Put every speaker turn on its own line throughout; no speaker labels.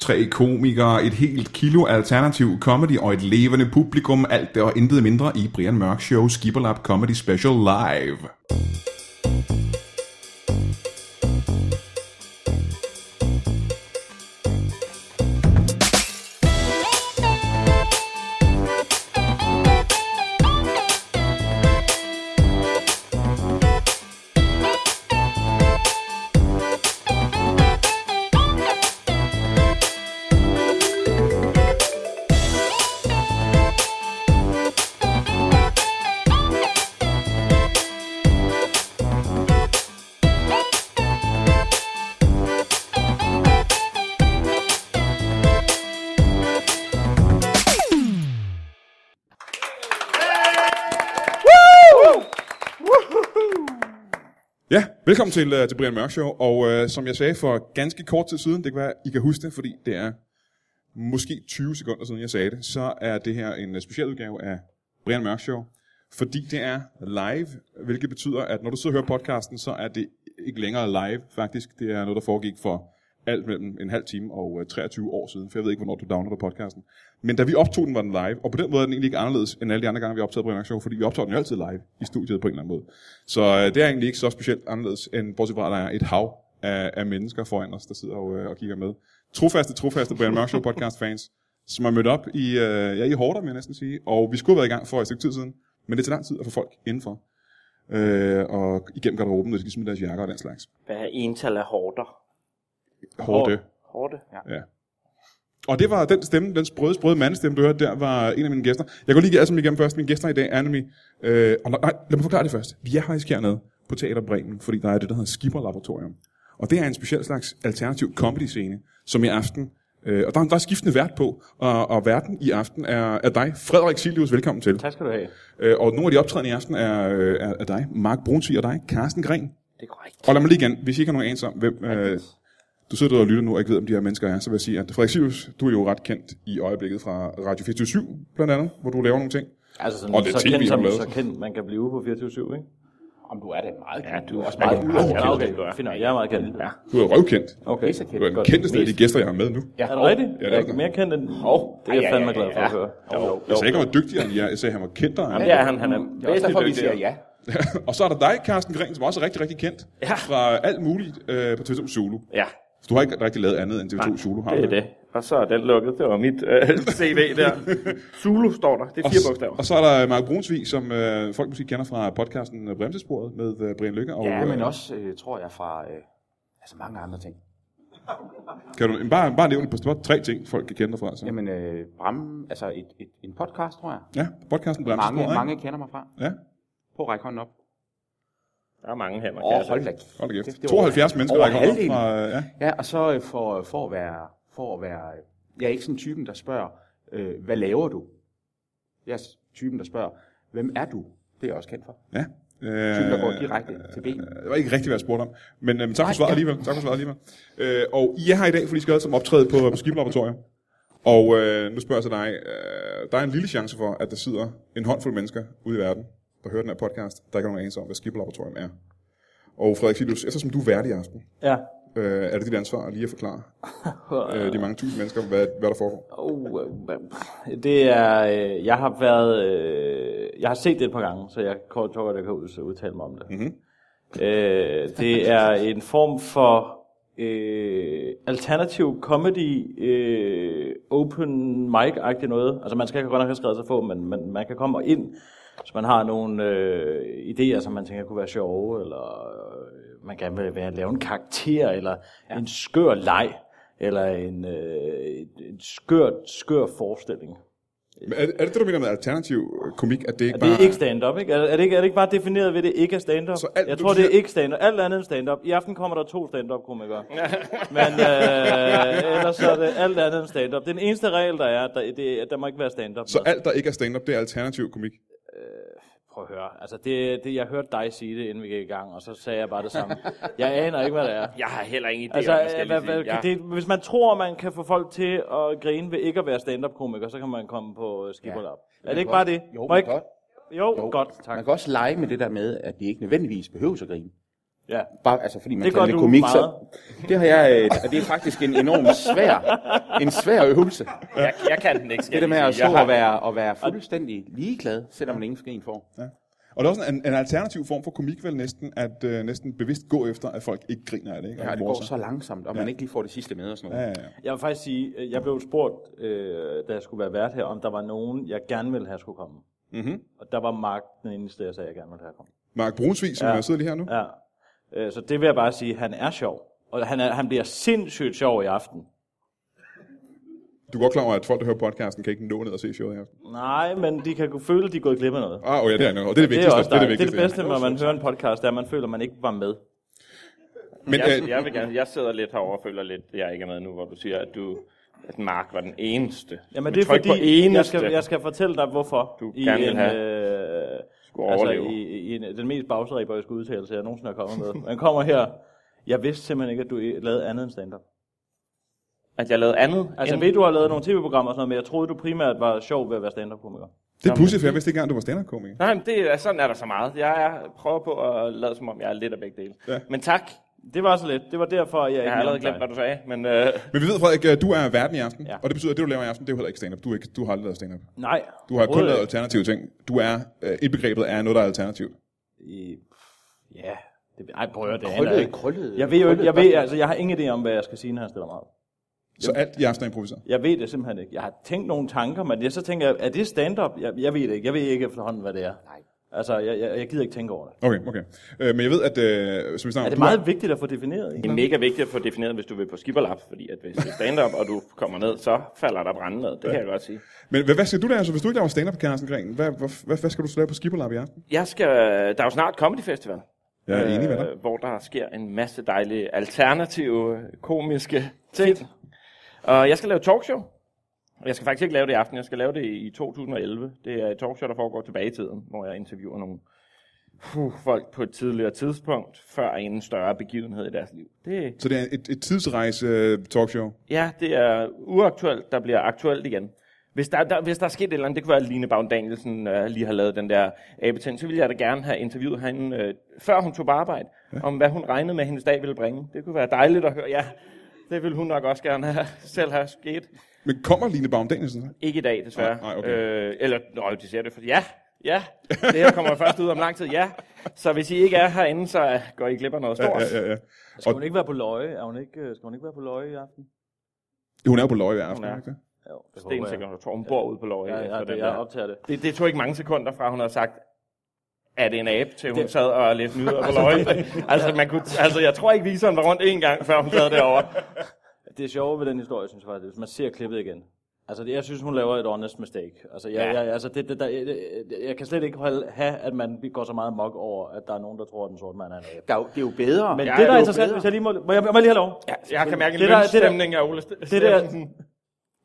tre komikere, et helt kilo alternativ comedy og et levende publikum, alt det og intet mindre i Brian Mørk Show Skibberlap Comedy Special Live. Ja, velkommen til, øh, til Brian Mørk Show, og øh, som jeg sagde for ganske kort tid siden, det kan være, I kan huske det, fordi det er måske 20 sekunder siden, jeg sagde det, så er det her en øh, speciel udgave af Brian Mørk Show, fordi det er live, hvilket betyder, at når du sidder og hører podcasten, så er det ikke længere live faktisk, det er noget, der foregik for alt mellem en halv time og øh, 23 år siden, for jeg ved ikke, hvornår du downloader podcasten. Men da vi optog den, var den live, og på den måde er den egentlig ikke anderledes end alle de andre gange, vi optagede Brian Mørk Show, fordi vi optog den jo altid live i studiet på en eller anden måde. Så øh, det er egentlig ikke så specielt anderledes, end bortset fra, at der er et hav af, af mennesker foran os, der sidder og, øh, og kigger med. Trofaste, trofaste Brian Mørk Show podcast fans, som er mødt op i, øh, ja, i hårdere, vil jeg næsten sige. Og vi skulle have været i gang for et stykke tid siden, men det er til lang tid at få folk indenfor. Øh, og igennem garderoben, når de skal smide deres jakker og den slags.
Hvad er ental af hårder?
Hårde.
Hår- Hårde, ja.
Og det var den stemme, den sprøde, sprøde mandestemme, du hørte der, var en af mine gæster. Jeg går lige alle sammen igennem først. Mine gæster i dag er nemlig... Øh, og nej, lad mig forklare det først. Vi er faktisk hernede på Teater Bremen, fordi der er det, der hedder Skipper Laboratorium. Og det er en speciel slags alternativ comedy-scene, som i aften... Øh, og der, er- der er skiftende vært på, og, og verden i aften er, er dig, Frederik Silius, velkommen til.
Tak skal du have.
Øh, og nogle af de optrædende i aften er, øh, er, er dig, Mark Brunsvig og dig, Carsten Gren.
Det er korrekt.
Og lad mig lige igen, hvis I ikke har nogen anelse om, hvem øh, du sidder derude og lytter nu og ikke ved, om de her mennesker er, så vil jeg sige, at Frederik Sivs, du er jo ret kendt i øjeblikket fra Radio 24 blandt andet, hvor du laver nogle ting.
Altså sådan,
Og det er
så
TV,
kendt, som,
hun lavede.
så kendt man kan blive på 24-7, ikke?
Om du er det meget kendt.
Du er også meget
ud af
Ja, okay, okay. Finder, jeg. jeg er meget kendt. Ja.
Du er jo røvkendt.
Okay.
så
Du er
kendt.
den kendteste af de gæster, jeg har med nu.
Ja,
Er det rigtigt?
det er
jeg
det.
er mere kendt end...
Hov.
det er jeg
Ej,
fandme
ja, ja,
glad for
ja.
at høre.
Jo, jo.
Jeg sagde ikke, han var dygtigere end jeg, jeg sagde, at han var kendtere end
Ja, det er han. Han er
Det er også derfor, vi siger ja.
jeg. Og så er der dig, Carsten Gren, som også er rigtig, rigtig kendt
Ja.
fra alt muligt øh, på TV2 Zulu.
Ja,
Du har ikke rigtig lavet andet end TV2 Zulu, har
det er
du?
det. Og så er den lukket. Det var mit øh, CV der. Zulu står der. Det er
Og,
fire bogstaver.
og så er der Mark Brunsvig, som øh, folk måske kender fra podcasten øh, Bremsesporet med øh, Brian Lykke. Og,
Ja,
Oh.
men
øh,
også, øh, tror jeg, fra øh, altså mange andre ting.
Kan du bare, bare nævne et par bare tre ting, folk kan kende dig fra? Så.
Jamen, øh, Bram, altså et, et, en podcast, tror jeg.
Ja, podcasten Bremsen.
Mange, mange kender mig fra.
Ja,
På række hånden op.
Der er mange
Åh,
hænder. kan
oh,
jeg se.
hold da kæft.
hold da kæft.
Det- det var
72 mennesker,
over
der kommer
halvdelen.
fra... Ja.
Ja, og så øh, for, for at være, for at være, øh, jeg er ikke sådan typen, der spørger, øh, hvad laver du? Jeg er s- typen, der spørger, hvem er du? Det er jeg også kendt for.
ja. Øh,
Typen, der går direkte til ben.
Det var ikke rigtigt, hvad jeg spurgte om. Men, øh, men tak for
Nej,
svaret
ja.
alligevel. Tak for svaret alligevel. Øh, og I er her i dag, fordi I skal alle sammen optræde på, på Skiblaboratorium. Og øh, nu spørger jeg så dig, øh, der er en lille chance for, at der sidder en håndfuld mennesker ude i verden, der hører den her podcast, der ikke har nogen anelse om, hvad Skiblaboratorium er. Og Frederik Silus, eftersom du er vært i aften,
Ja.
øh, er det dit ansvar lige at forklare øh, de mange tusind mennesker, hvad, hvad der foregår?
Oh, øh, det er, øh, jeg har været, øh, jeg har set det et par gange, så jeg tror tror godt, jeg kan ud- udtale mig om det. Mm-hmm. Øh, det er en form for øh, alternativ comedy, øh, open mic-agtig noget. Altså man skal godt nok have skrevet sig få, men, men man kan komme ind, hvis man har nogle øh, idéer, som man tænker kunne være sjove, eller øh, man gerne vil vil lave en karakter, eller ja. en skør leg, eller en, øh, et- en skør, skør forestilling.
Men er, det- er det det, du mener med alternativ øh, komik, at det ikke
Er det
bare...
er ikke stand-up, ikke? Er, er, det ikke, er det ikke bare defineret ved, at det ikke er stand-up?
Så alt,
jeg
du
tror, det er
siger-
ikke stand-up. Alt andet end stand-up. I aften kommer der to stand-up-komikere. Men øh, ellers så er det alt andet end stand-up. Den eneste regel, der er, der, det, er, at der må ikke være stand-up.
Så alt, der ikke er stand-up, det er alternativ komik.
Prøv at høre. Altså, det, det, jeg hørte dig sige det, inden vi gik i gang, og så sagde jeg bare det samme. Jeg aner ikke, hvad det er.
Jeg har heller ingen idé
Altså,
altså, om, hvad skal jeg
hvad,
lige
hvad,
sige.
kan
Jeg,
det, hvis man tror, man kan få folk til at grine ved ikke at være stand-up-komiker, så kan man komme på øh, skibberlap. Ja. Er det ikke bare det?
Jo,
Må
man,
ikke?
kan godt,
Jo, jo, godt,
man
tak.
kan også lege med det der med, at de ikke nødvendigvis behøver at grine.
Ja.
Bare, altså, fordi man
Det
kan
gør
lidt
du
komik,
meget.
så det har jeg, øh, og det er faktisk en enormt svær, en svær øvelse.
Jeg, jeg kan den ikke, skal
Det der med at
jeg lige sige.
stå
Jeg har-
og være, og være fuldstændig ligeglad, selvom man ingen skrin får.
Og det er også en, en alternativ form for komik vel næsten, at øh, næsten bevidst gå efter, at folk ikke griner af det. Ikke?
Ja, og det
morer
går
sig.
så langsomt, og man ikke lige får det sidste med og sådan
Ja,
noget.
ja, ja.
Jeg vil faktisk sige, øh, jeg blev spurgt, øh, da jeg skulle være vært her, om der var nogen, jeg gerne ville have skulle komme.
Mm-hmm.
Og der var Mark den eneste, jeg sagde, jeg gerne ville have komme.
Mark Brunsvig, som
Ja.
jeg sidder lige her nu.
Ja. Øh, Så det vil jeg bare sige, han er sjov. Og han, er, han bliver sindssygt sjov i aften.
Du er godt klar over, at folk, der hører podcasten, kan ikke nå ned og se showet her.
Nej, men de kan kunne føle, at de er gået glip af noget.
Ah, oh, ja, det er noget. Og det er det
Det er
vigtigste.
også det, det, det,
vigtigste.
det bedste, når man hører en podcast, er, at man føler, at man ikke var med.
Men,
jeg,
øh,
jeg, vil gerne, jeg sidder lidt herovre og føler lidt, jeg ikke er med nu, hvor du siger, at du at Mark var den eneste.
Jamen
Men
det er
tryk
fordi,
på eneste.
jeg, skal, jeg skal fortælle dig, hvorfor.
Du gerne vil have-
øh,
skulle
altså,
overleve.
i, i en, den mest bagstræberiske udtalelse, jeg nogensinde har kommet med. Han kommer her, jeg vidste simpelthen ikke, at du i- lavede andet end stand-up.
At jeg lavede andet.
Altså,
end-
ved du har lavet nogle tv-programmer og sådan noget, men jeg troede, du primært var sjov ved at være stand-up-komiker.
det er pudsigt, for jeg vidste ikke engang, du var stand-up-komiker.
Nej, men det, er- sådan er der så meget. Jeg er, prøver på at lade som om, jeg er lidt af begge dele.
Ja.
Men tak.
Det var så lidt. Det var derfor, jeg,
Jeg har allerede glemt, hvad du sagde. Men øh,
Men vi ved, Frederik, øh, du er verden i aften, ja.
Ja.
og det betyder, at det, du laver i aften, det er jo heller ikke stand-up. Du, er ikke, du har aldrig lavet stand-up.
Nej.
Du har kun
overhovedet
lavet
ikke.
alternative ting. Du er øh, indbegrebet af noget, der er alternativt.
I- Ja, det, ej, prøv at høre, det aner jeg
Krøllede,
ikke.
krøllede.
Jeg ved jo ikke, jeg ved,
krøllede-
altså, jeg har ingen idé om, hvad jeg skal sige, når jeg stiller mig op.
Så alt i aften er improviseret.
Jeg ved det simpelthen ikke. Jeg har tænkt nogle tanker, men jeg så tænker jeg, er det stand-up? Jeg, jeg ved det ikke. Jeg ved ikke efterhånden, hvad det er.
Nej.
Altså, jeg, jeg, jeg gider ikke tænke over det.
Okay, okay. Øh, men jeg ved, at... Øh, som vi snakker,
Er
om,
det
du
meget vigtigt at få defineret?
det
Ikke?
er mega vigtigt at få defineret, hvis du vil på skibberlap. Fordi at hvis du er stand-up, og du kommer ned, så falder der branden ned. Det kan jeg godt sige.
Men hvad, hvad skal du der, altså, hvis du ikke laver stand-up, Carsten Gren? Hvad, hvad, hvad, hvad skal du så lave på Skipperlab i aften?
Jeg skal, der er jo snart Comedy Festival.
Jeg er øh, enig med dig.
øh, hvor der sker en masse dejlige alternative øh, komiske ting. Og jeg skal lave et talkshow. Og Jeg skal faktisk ikke lave det i aften, jeg skal lave det i 2011. Det er et talkshow, der foregår tilbage i tiden, hvor jeg interviewer nogle puh, folk på et tidligere tidspunkt, før en større begivenhed i deres liv. Det,
Så det er et, øh, et tidsrejse-talkshow.
ja, det er uaktuelt, der bliver aktuelt igen. Hvis der, der, hvis der er sket et eller andet, det kunne være, at Line Baun Danielsen øh, lige har lavet den der abetænd, så ville jeg da gerne have interviewet hende, øh, før hun tog på arbejde, ja. om hvad hun regnede med, at hendes dag ville bringe. Det kunne være dejligt at høre. Ja, det ville hun nok også gerne have, selv have sket.
Men kommer Line Baum Danielsen? så?
Ikke i dag, desværre.
Nej, nej, okay.
øh, eller, nøj, de siger det, for ja, ja, det her kommer først ud om lang tid, ja. Så hvis I ikke er herinde, så øh, går I glip af noget stort.
Ja, ja, ja.
Skal hun ikke være på løje? Er hun ikke, øh, skal hun ikke være på løje i aften?
Hun er jo på løg i aften,
Hun er.
ikke det?
Jo, det
Det er en sekund, jeg tror, hun bor ude på Løje.
Ja, ja,
efter
det,
den
jeg
der.
optager det.
Det, det tog ikke mange sekunder fra, hun havde sagt, er det en abe, til hun
Det-
sad og læste nyheder på løje. altså, man kunne, altså, jeg tror ikke, viseren var rundt en gang, før hun sad derovre.
Det sjove ved den historie, synes jeg faktisk, hvis man ser klippet igen. Altså, det- jeg synes, hun laver et honest mistake. Altså, jeg,
Ja.
ja. jeg, altså det, det, der, jeg, jeg- jeg kan slet ikke holde, have, at man går så meget mok over, at der er nogen, der tror, at den sorte mand er en abe.
Der er jo- det er jo bedre.
Men
Ja,
ja, det, der
er
er
jo
interessant,
bedre.
hvis jeg lige må... Må jeg, må jeg lige have lov?
Ja, jeg kan mærke en
Det der- det der-
lønstemning af Ole St-
det der-
Steffensen.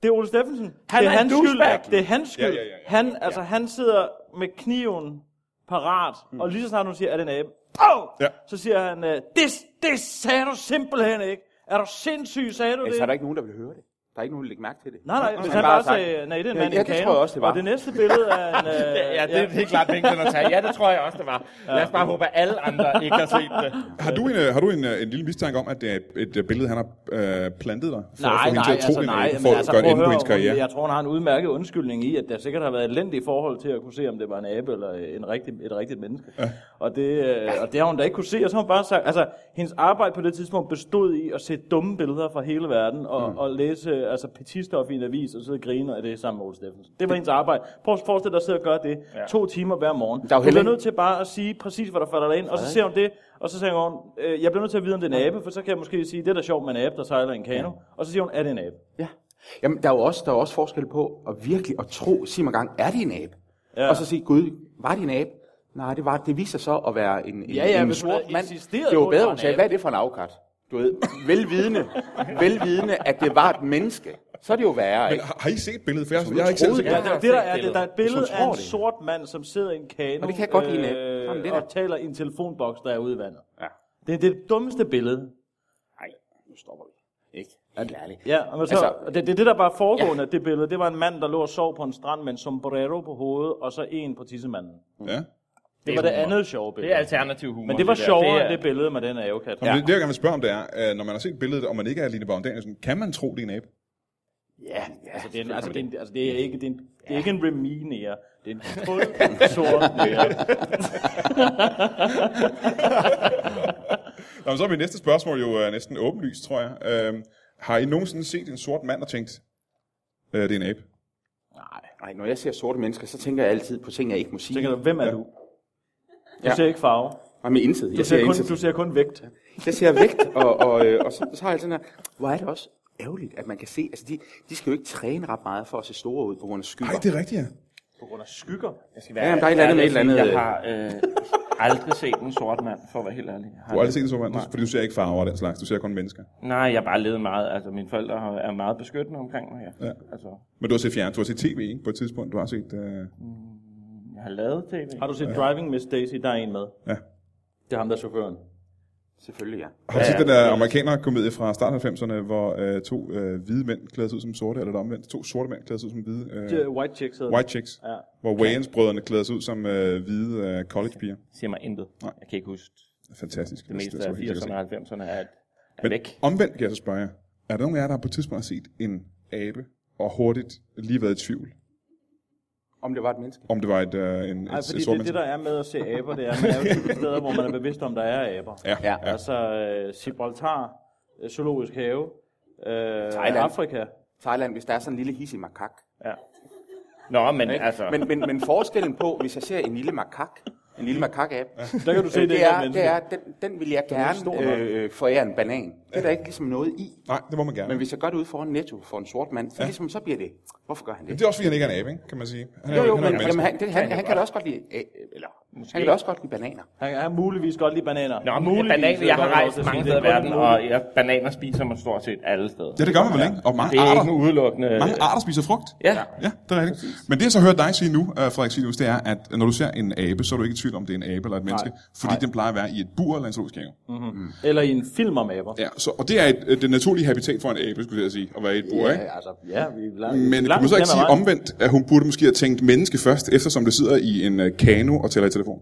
Det er Ole Steffensen.
Han
det
er en
hans skyld.
douchebag.
Det er hans skyld.
Ja, ja, ja, ja.
Han, altså, han sidder med kniven parat, mm. og lige så snart hun siger, er det en abe? Oh!
Ja.
Så siger han, øh, det, det sagde du simpelthen ikke. Er du sindssyg, sagde du
Ellers
det?
er der ikke nogen, der vil høre det. Der er ikke nogen, der vil lægge mærke til det.
Nej, nej, hvis
Han
han
bare
bare
sagt-
sagde, nej, det er en
Ja,
mand i
ja,
en
det tror
kano.
jeg også, det var.
Og det næste billede er en... Øh,
Ja, det, det er klart vinklen at tage. Ja, det tror jeg også, det var. Lad os bare håbe, at alle andre ikke har set det.
Har du, en, øh, har du en, øh, en lille mistanke om, at det er et øh, billede, han har øh, plantet dig? For at få
Nej,
hende
nej,
til at tro,
altså
det er en
nej.
abe,
men
For at
altså,
gøre
prøv
en ende på
høre,
hendes
hun-
karriere?
Jeg tror, han har en udmærket undskyldning i, at der sikkert har været elendige forhold til at kunne se, om det var en abe eller en rigtig, et rigtigt menneske. Ja. Og, det, øh, og det har hun da ikke kunne se, og så har hun bare sagt, altså, hendes arbejde på det tidspunkt bestod i at se dumme billeder fra hele verden, og, mm. og læse altså, petistof i en avis, og sidde og grine af det sammen med Ole Steffensen. Det var hendes arbejde. Prøv at forestille dig at sidde og gøre det ja. to timer hver morgen.
er jo
Du
heller
bliver
ikke-
nødt til bare at sige præcis, hvad der falder dig ind, og så ser hun det, og så siger hun, øh, jeg bliver nødt til at vide, om det er en abe, for så kan jeg måske sige, det er da sjovt med en abe, der sejler i en kano. Og så siger hun, er det en abe?
Ja. Jamen, der er jo også, der er også forskel på at virkelig at tro, sig mig gang, er det en abe? Ja. Og så sige, gud, var det en abe? Nej, det, var, det viser sig at være en, en,
Ja, ja,
en
hvis hun
sort
havde
mand.
insisteret
Det var
på, at det
bedre,
var
hun
en
sagde,
abe.
hvad er det for en afkat? Du ved, velvidende, velvidende, at det var et menneske. Så er det jo værre,
Men
ikke?
har, har I set billedet? For jeg,
Altså,
jeg har ikke selv
troede
set
Ja,
det.
Jeg har
det, det der
set
er, det, der er et billede
Hvis hun
af
tror
en
det.
sort mand, som sidder i en kano øh,
Og det kan jeg godt lide, Nat. Jamen, det er
og
da-
taler i en telefonboks, der er ude i vandet.
Ja.
Det er det dummeste billede.
Nej, nu stopper vi. Ikke? Er det ærligt?
Ja, og man så,
Altså-
altså, det, det, er det der bare foregående ja. det billede, det var en mand, der lå og sov på en strand med en sombrero på hovedet, og så en på tissemanden.
Ja.
Det var det andet sjove billede.
Det er alternativ humor.
Men det var
der.
sjovere
er-
end det billede med den avokat.
Ja.
Ja. Det, det, jeg gerne vil spørge om, det er, øh, når man har set billedet, og man ikke er Line Baum Danielsen, kan man tro, det er en abe?
Ja, altså det er, en, altså, det er, en, altså, det er ikke, det er en, det er ikke en Remy nære. Det er en kul sort nære.
Nå, men så er mit næste spørgsmål jo øh, næsten åbenlyst, tror jeg. Øh, har I nogensinde set en sort mand og tænkt, øh, det er en abe?
Nej, nej, når jeg ser sorte mennesker, så tænker jeg altid på ting, jeg ikke må sige.
Tænker du, hvem er du? Du
Ja.
ser ikke farve.
Nej, med intet. Jeg, ser,
Du ser, kun,
intet.
du ser kun vægt.
Jeg ser vægt, og, og, øh, og så, så har jeg sådan her, hvor er det også ærgerligt, at man kan se, altså de, de skal jo ikke træne ret meget for at se store ud på grund af skygger.
Nej, det er rigtigt, ja.
På grund af skygger.
Jeg skal være,
Ja, men der er et eller andet med
ærlig
et eller
at sige, Jeg har øh, aldrig set en sort mand, for at være helt ærlig. Har
Du har aldrig set en sort mand, fordi du ser ikke farver og den slags, du ser kun mennesker.
Nej, jeg har bare levet meget. Altså, mine forældre har- er meget beskyttende omkring mig. Ja.
Ja.
Altså,
Men du har set fjern, du har set tv, ikke? På et tidspunkt, du har set... Øh...
jeg har lavet tv.
Har du set Driving Miss Daisy? Der er en med.
Ja.
Det er ham, der er chaufføren.
Selvfølgelig, ja.
Har du set den der amerikaner-komedie fra start af 90'erne, hvor øh, to øh, hvide mænd klæder sig ud som sorte, eller det omvendt, to sorte mænd klæder sig ud som hvide... Øh,
Ja. White Chicks hedder
white chicks.
Ja.
Hvor Wayans-brødrene klæder sig ud som øh, hvide øh, college-piger.
Siger mig intet. Nej. Jeg kan ikke huske
Fantastisk.
det meste
er
af
så helt sikkert
80'erne og 90'erne er, er væk.
Omvendt kan jeg så spørge jer, er der nogen af jer, der på et tidspunkt har set en abe, og hurtigt lige været i tvivl,
Om det var et menneske.
om det var et, øh, en,
Nej,
et,
fordi
et
det,
sort
det, der er med at se aber, det er, at man er jo typisk steder, hvor man er bevidst om, der er aber.
Ja, ja.
Ja.
ja.
Altså øh, Gibraltar, øh, Zoologisk Have, øh,
Thailand.
Afrika.
Thailand, hvis der er sådan en lille hissig makak.
Ja. Nå, men altså...
Men, men, men forskellen på, hvis jeg ser en lille makak, en lille makakab,
Der kan du se,
øh,
det,
det
ikke er et
er,
menneske.
det er den, den vil jeg
stor
gerne
nok.
øh, forære en banan. Det er der ikke ligesom noget i.
Nej, det må man gerne.
Men
Men
hvis jeg gør det ud foran Netto for en sort mand, så, ligesom, så bliver det, hvorfor gør han det?
det er også fordi, han ikke er en abe, ikke? kan man sige. Han er,
Jo, jo,
han er
men
et
jamen,
menneske.
han, det, han, han kan da også godt lide, øh, eller, han kan da også godt lide bananer.
Han kan muligvis godt lide bananer.
Nå,
muligvis,
muligvis, bananer,
vil
jeg har
godt have
rejst
lov til at
mange
sige,
steder i
det er kun
verden, og
muligt.
jeg, bananer spiser man stort set alle steder.
Ja, det gør man vel ikke? Og mange
Det
Ah.
er
arter,
ikke udelukkende...
mange arter spiser frugt.
Ja.
Ja, det er rigtigt. Men det, jeg så hører dig sige nu, øh, Frederik Silius, det er, at når du ser en abe, så er du ikke i tvivl om, det er en abe eller et menneske, fordi den plejer at være i et bur eller en zoologisk have.
Eller i en film om aber.
Ja, så, og det er et, øh, det naturlige habitat for en abe, skulle jeg sige, at være i et bur, ikke?
Ja, altså, ja, vi er langt,
Men kunne man så ikke sige omvendt, at hun burde måske have tænkt menneske først, eftersom det sidder i en øh, kano og tæller i telefon?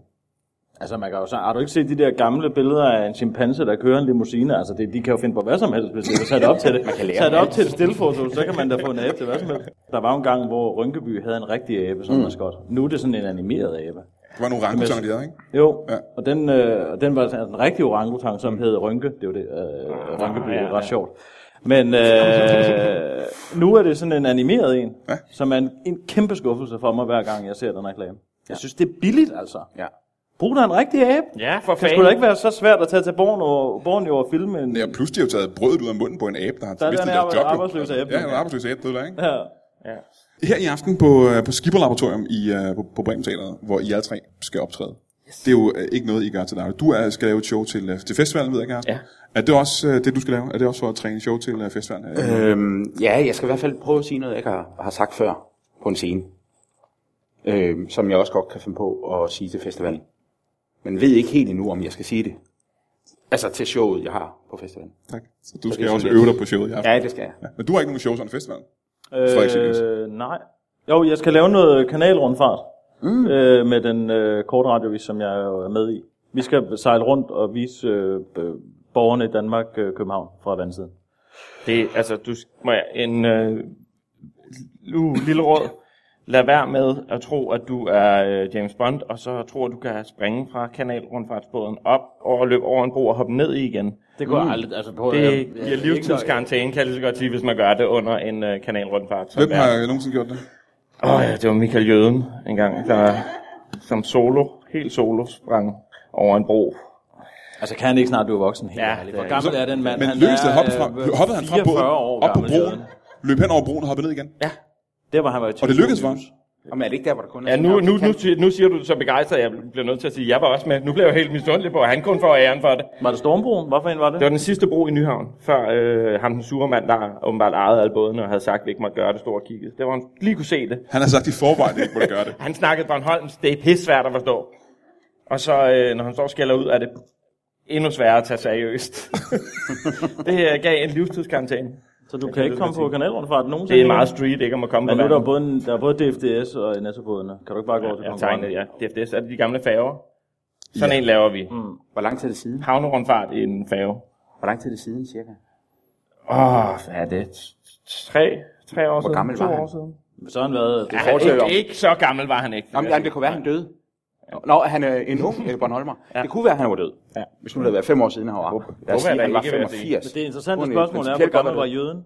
Altså, man kan jo så, har du ikke set de der gamle billeder af en chimpanse, der kører en limousine? Altså, det, de kan jo finde på hvad som helst, hvis de kan sætte op til det. Man kan lære sætte op til et stillefoto, så kan man da få en abe til hvad som helst. Der var jo en gang, hvor Rynkeby havde en rigtig abe som mm. maskot. Nu er det sådan en animeret abe.
Det var nogle rangutanger, de havde, ikke?
Jo,
Ja.
ja. og den, øh, og den var altså en rigtig orangutang, som hed Rynke. Det var det, øh, Rynkeby,
ja,
ja,
ja.
ret sjovt. Men øh, nu er det sådan en animeret en, ja. som er en, en kæmpe skuffelse for mig, hver gang jeg ser den reklame. Jeg synes, det er billigt, altså.
Ja.
Brug da en rigtig abe.
Ja, for
Det skulle da
fanden.
ikke være så svært at tage til Borneo, Borneo og filme en...
Ja, plus de har jo taget brødet ud af munden på en abe, der har
er
mistet deres
den her
job. jo.
arbejdsløse abe.
Ja, en arbejdsløs abe, det er der, ikke?
Ja.
Ja.
Her i aften på, øh, på Skipperlaboratorium i, øh, på, på Bremen Teateret, hvor I alle tre skal optræde. Yes. Det er jo øh, ikke noget, I gør til daglig. Du er, skal lave et show til, øh, til festivalen, ved jeg, Karsten.
Ja.
Er det også øh, det, du skal lave? Er det også for at træne show til øh, festivalen? Øh.
Øhm, ja, jeg skal i hvert fald prøve at sige noget, jeg ikke har, har sagt før på en scene. Øhm, som jeg også godt kan finde på at sige til festivalen. Men ved ikke helt endnu, om jeg skal sige det. Altså til showet, jeg har på festivalen.
Tak. Så du skal
sådan
også
lidt-
øve dig på showet i aften.
Ja, det skal jeg.
Ja. Men du har ikke nogen shows under festivalen? Frederik
Øh,
Silius.
nej. Jo, jeg skal lave noget kanalrundfart mm. øh, med den øh, korte radiovis, som jeg jo er med i. Vi skal sejle rundt og vise øh, b- borgerne i Danmark, øh, København, fra vandsiden.
Det, altså, du s- må jeg, en øh, lu, lille råd. Lad være med at tro, at du er øh, James Bond, og så tro, at du kan springe fra kanalrundfartsbåden op og løbe over en bro og hoppe ned i igen.
Det går mm. aldrig... Altså, på,
Det giver livstidskarantæne, kan jeg lige så godt sige, hvis man gør det under en øh, kanalrundfart. som
Hvem har
er-
øh, nogensinde gjort det?
Åh oh, ja, det var Michael Jøden engang, der som solo, helt solo, sprang over en bro.
altså, kan han ikke snart blive voksen? Helt
Ja,
ja, Hvor
det-
gammel er den mand?
Men
Han
lykkedes det
er,
at hoppe fra,
øh,
hoppede han fra
44
båden,
år
op på
gammel,
broen,
Jørgen.
løb hen over broen og hoppede ned igen? Ja.
Der var han var i
Og det lykkedes for ham?
Og men er det ikke der, hvor der kun er
Ja,
sådan
nu,
en
nu, nu,
afrikansk-
siger- nu siger du det så begejstret, at jeg bliver nødt til at sige, at jeg var også med. Nu bliver jeg jo helt misundelig på, at han kun får æren for det.
Var det Stormbroen? Hvorfor en var det?
Det var den sidste bro i Nyhavn, før øh, ham den sure mand, der åbenbart ejede alle bådene og havde sagt, at vi ikke måtte gøre det store kigget. Det var han lige kunne se det.
Han har sagt i forvejen, at ikke måtte gøre det.
Han snakkede Bornholms, det er pissvært at forstå. Og så, øh, når han står og skælder ud, er det endnu sværere at tage seriøst. det øh, gav en livstidskarantæne.
Så du kan ikke komme på kanalrundfart nogensinde?
Det er meget street, ikke om at komme
Men nu
på
er der
vandet.
både, en, der er både DFDS og Netto-bådene. Kan du ikke bare gå over til
Jeg
konkurrenten?
tegnede, ja. DFDS, er det de gamle færger? Sådan ja. en laver vi.
Hvor lang tid er det siden?
Havnerundfart i en færge.
Hvor lang tid er det siden, cirka?
Åh, oh, hvad er det? Tre, tre år Hvor siden?
gammel
to
var han?
år siden?
Så har han været... Det
Ja,
er
han,
foretager jo.
ikke, ikke så gammel var han ikke.
Nå, men, jamen, det kunne være, han døde. Nå, han er en ung øh, Bornholmer. Ja. Det kunne være, han var død. Ja. Hvis nu det havde været fem år siden, han var. Håber,
jeg da
han var
ikke, vil jeg sige.
85.
Men det interessante
Ordentligt.
spørgsmål er, hvor
Principielt
gammel
godt,
var
at-
jøden?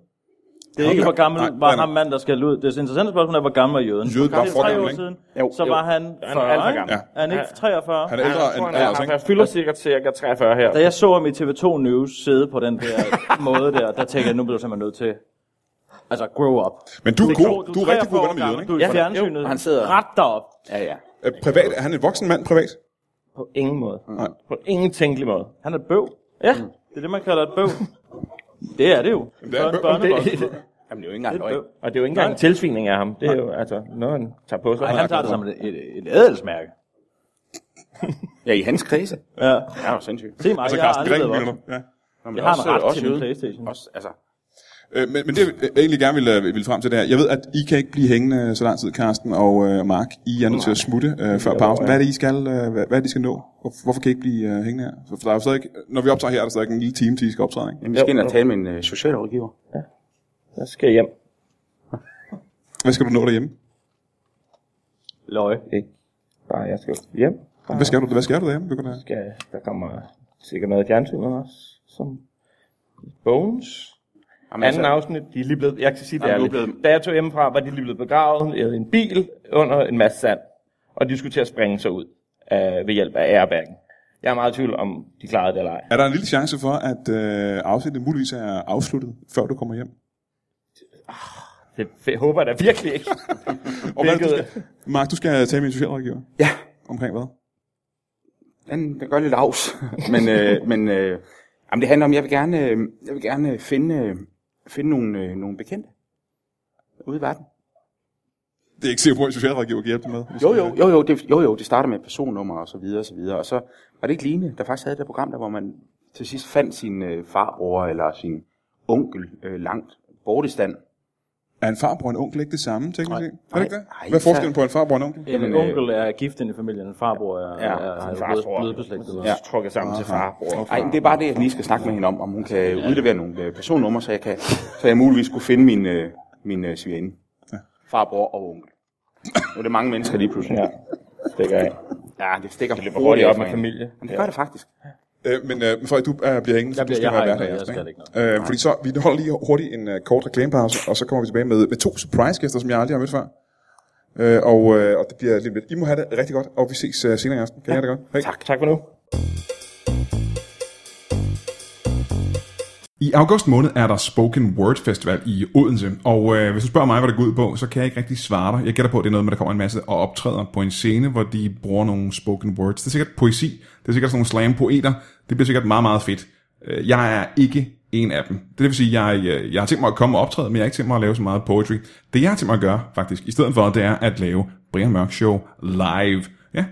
Det er ikke,
Nej,
hvor gammel
nej,
var
nej, nej.
ham mand, der skal ud. Det interessante spørgsmål er, hvor gammel var jøden?
Jøden var
det er
for
tre
gammel,
år
ikke?
siden,
Jo,
så
jo.
var han 40,
Han er alt for
ikke?
gammel.
Ja.
Er han ikke 43?
Han er ældre
Jeg tror,
end
han,
alle
er,
os,
han,
ikke?
han fylder cirka, cirka 43 her.
Da jeg så ham i TV2 News sidde på den der måde der, der tænkte jeg, nu bliver du simpelthen nødt til... Altså, grow up.
Men du er
Det
god. Du er rigtig
43
god
år
venner med jøden,
gammel.
ikke?
Du er i fjernsynet.
han sidder-
Ret dig op.
Ja, ja.
Øh, Privat, er han en voksen mand privat?
På ingen måde.
Nej.
På ingen tænkelig måde.
Han er et bøv. Mm.
Ja.
Det er det, man kalder et bøv. Det er det jo.
Jamen, det er
Så
et bøv.
børnevoksen.
Det-
Jamen, det er jo ikke engang
Et bøv.
løgn.
Og det er jo ikke engang en tilsvining af ham. Det er jo altså noget, han tager på sig.
Ej, han tager det som et, et, et adelsmærke.
Ja, i hans kredse.
Ja.
Ja, jo sindssygt.
Se mig,
Altså
jeg har
Carsten Gren,
aldrig været
mener
voksen.
du? Ja.
Nå, men
Jeg har en ret til min
jøden.
Playstation.
Også, altså,
Øh, men, men det, jeg egentlig gerne ville, ville frem til det her. Jeg ved, at I kan ikke blive hængende så lang tid, Karsten og øh, Mark. I er nødt til at smutte øh, før pausen. Hvad er det, I skal, øh, hvad, hvad er det, I skal nå? Hvor- Hvorfor kan I ikke blive øh, hængende her? For der er jo stadig, når vi optager her, er der stadig en lille time, til I skal optræde, ikke?
jamen, vi skal ind og tale med en øh, socialrådgiver.
Jeg skal hjem.
Hvad skal du nå derhjemme?
Løg.
Nej, jeg skal hjem.
Hvad skal du, hvad skal du derhjemme? Begynder jeg.
Skal, der kommer sikkert noget i fjernsynet også. Som Bones.
Jamen,
Anden
altså,
afsnit, de er lige blevet, jeg kan sige det
Jamen,
ærligt.
nu er blevet-
Da jeg tog hjemmefra, var de lige blevet begravet i en bil under en masse sand. Og de skulle til at springe sig ud øh, ved hjælp af airbaggen. Jeg er meget i tvivl om, de klarede det eller ej.
Er der en lille chance for, at øh, afsnittet muligvis er afsluttet, før du kommer hjem?
Det f- håber jeg da virkelig ikke.
Og hvad er det, du
Hvilket-
skal, Mark, du skal tale med en socialrådgiver.
ja,
Omkring hvad?
den, den gør lidt afs. men øh, men øh, jamen, det handler om, jeg vil gerne, øh, jeg vil gerne finde, øh, finde nogle, øh, nogle bekendte ude i verden.
Det er ikke sikkert, at en socialrådgiver kan hjælpe dig med.
Jo, jo, jo, jo, det, jo, jo, det starter med personnummer og så videre og så videre. Og så var det ikke Line, der faktisk havde det program, der hvor man til sidst fandt sin øh, farbror eller sin onkel øh, langt borte i stand.
Er en farbror og en onkel ikke det samme, tænker man? Er det ikke det?
Nej, nej,
Hvad er forskellen
så-
på en farbror og en onkel?
En
Jamen, øh,
onkel er gift inde i familien, en farbror er,
Ja,
er, er,
Min
er
farbror.
blødbeslægtet.
Ja. Trukket sammen til far, bror.
Nej, det er bare det, jeg lige skal snakke med hende om, om hun kan udlevere nogle øh, personnumre, så jeg, kan, så jeg muligvis kunne finde min, øh, min øh, svigerinde. Farbror og onkel. Nu er det mange mennesker lige pludselig.
Ja, stikker af.
ja det stikker det
løber hurtigt op med familie.
Men det gør det faktisk.
Øh, men øh, men Frederik, du øh, bliver hængende, så
Jeg
du
bliver-
skal
jeg
være
har
vært
ikke noget,
her,
jeg skal
ikke? Øh, fordi så, vi holder lige hurtigt en øh, kort reklamepause, og så kommer vi tilbage med, med to surprise-gæster, som jeg aldrig har mødt før. Øh, og, øh, og det bliver lidt lidt. I må have det rigtig godt, og vi ses øh, senere i aften. Kan ja. I have det godt? Hej.
Tak, tak for nu.
I august måned er der Spoken Word Festival i Odense, og øh, hvis du spørger mig, hvad det går ud på, så kan jeg ikke rigtig svare dig. Jeg gætter på, at det er noget med, at der kommer en masse og optræder på en scene, hvor de bruger nogle spoken words. Det er sikkert poesi, det er sikkert sådan nogle slam-poeter, det bliver sikkert meget, meget fedt. Øh, Jeg er ikke en af dem. Det vil sige, at jeg, øh, jeg har tænkt mig at komme og optræde, men jeg har ikke tænkt mig at lave så meget poetry. Det jeg har tænkt mig at gøre, faktisk, i stedet for, det er at lave Brian Mørk Show live. Ja,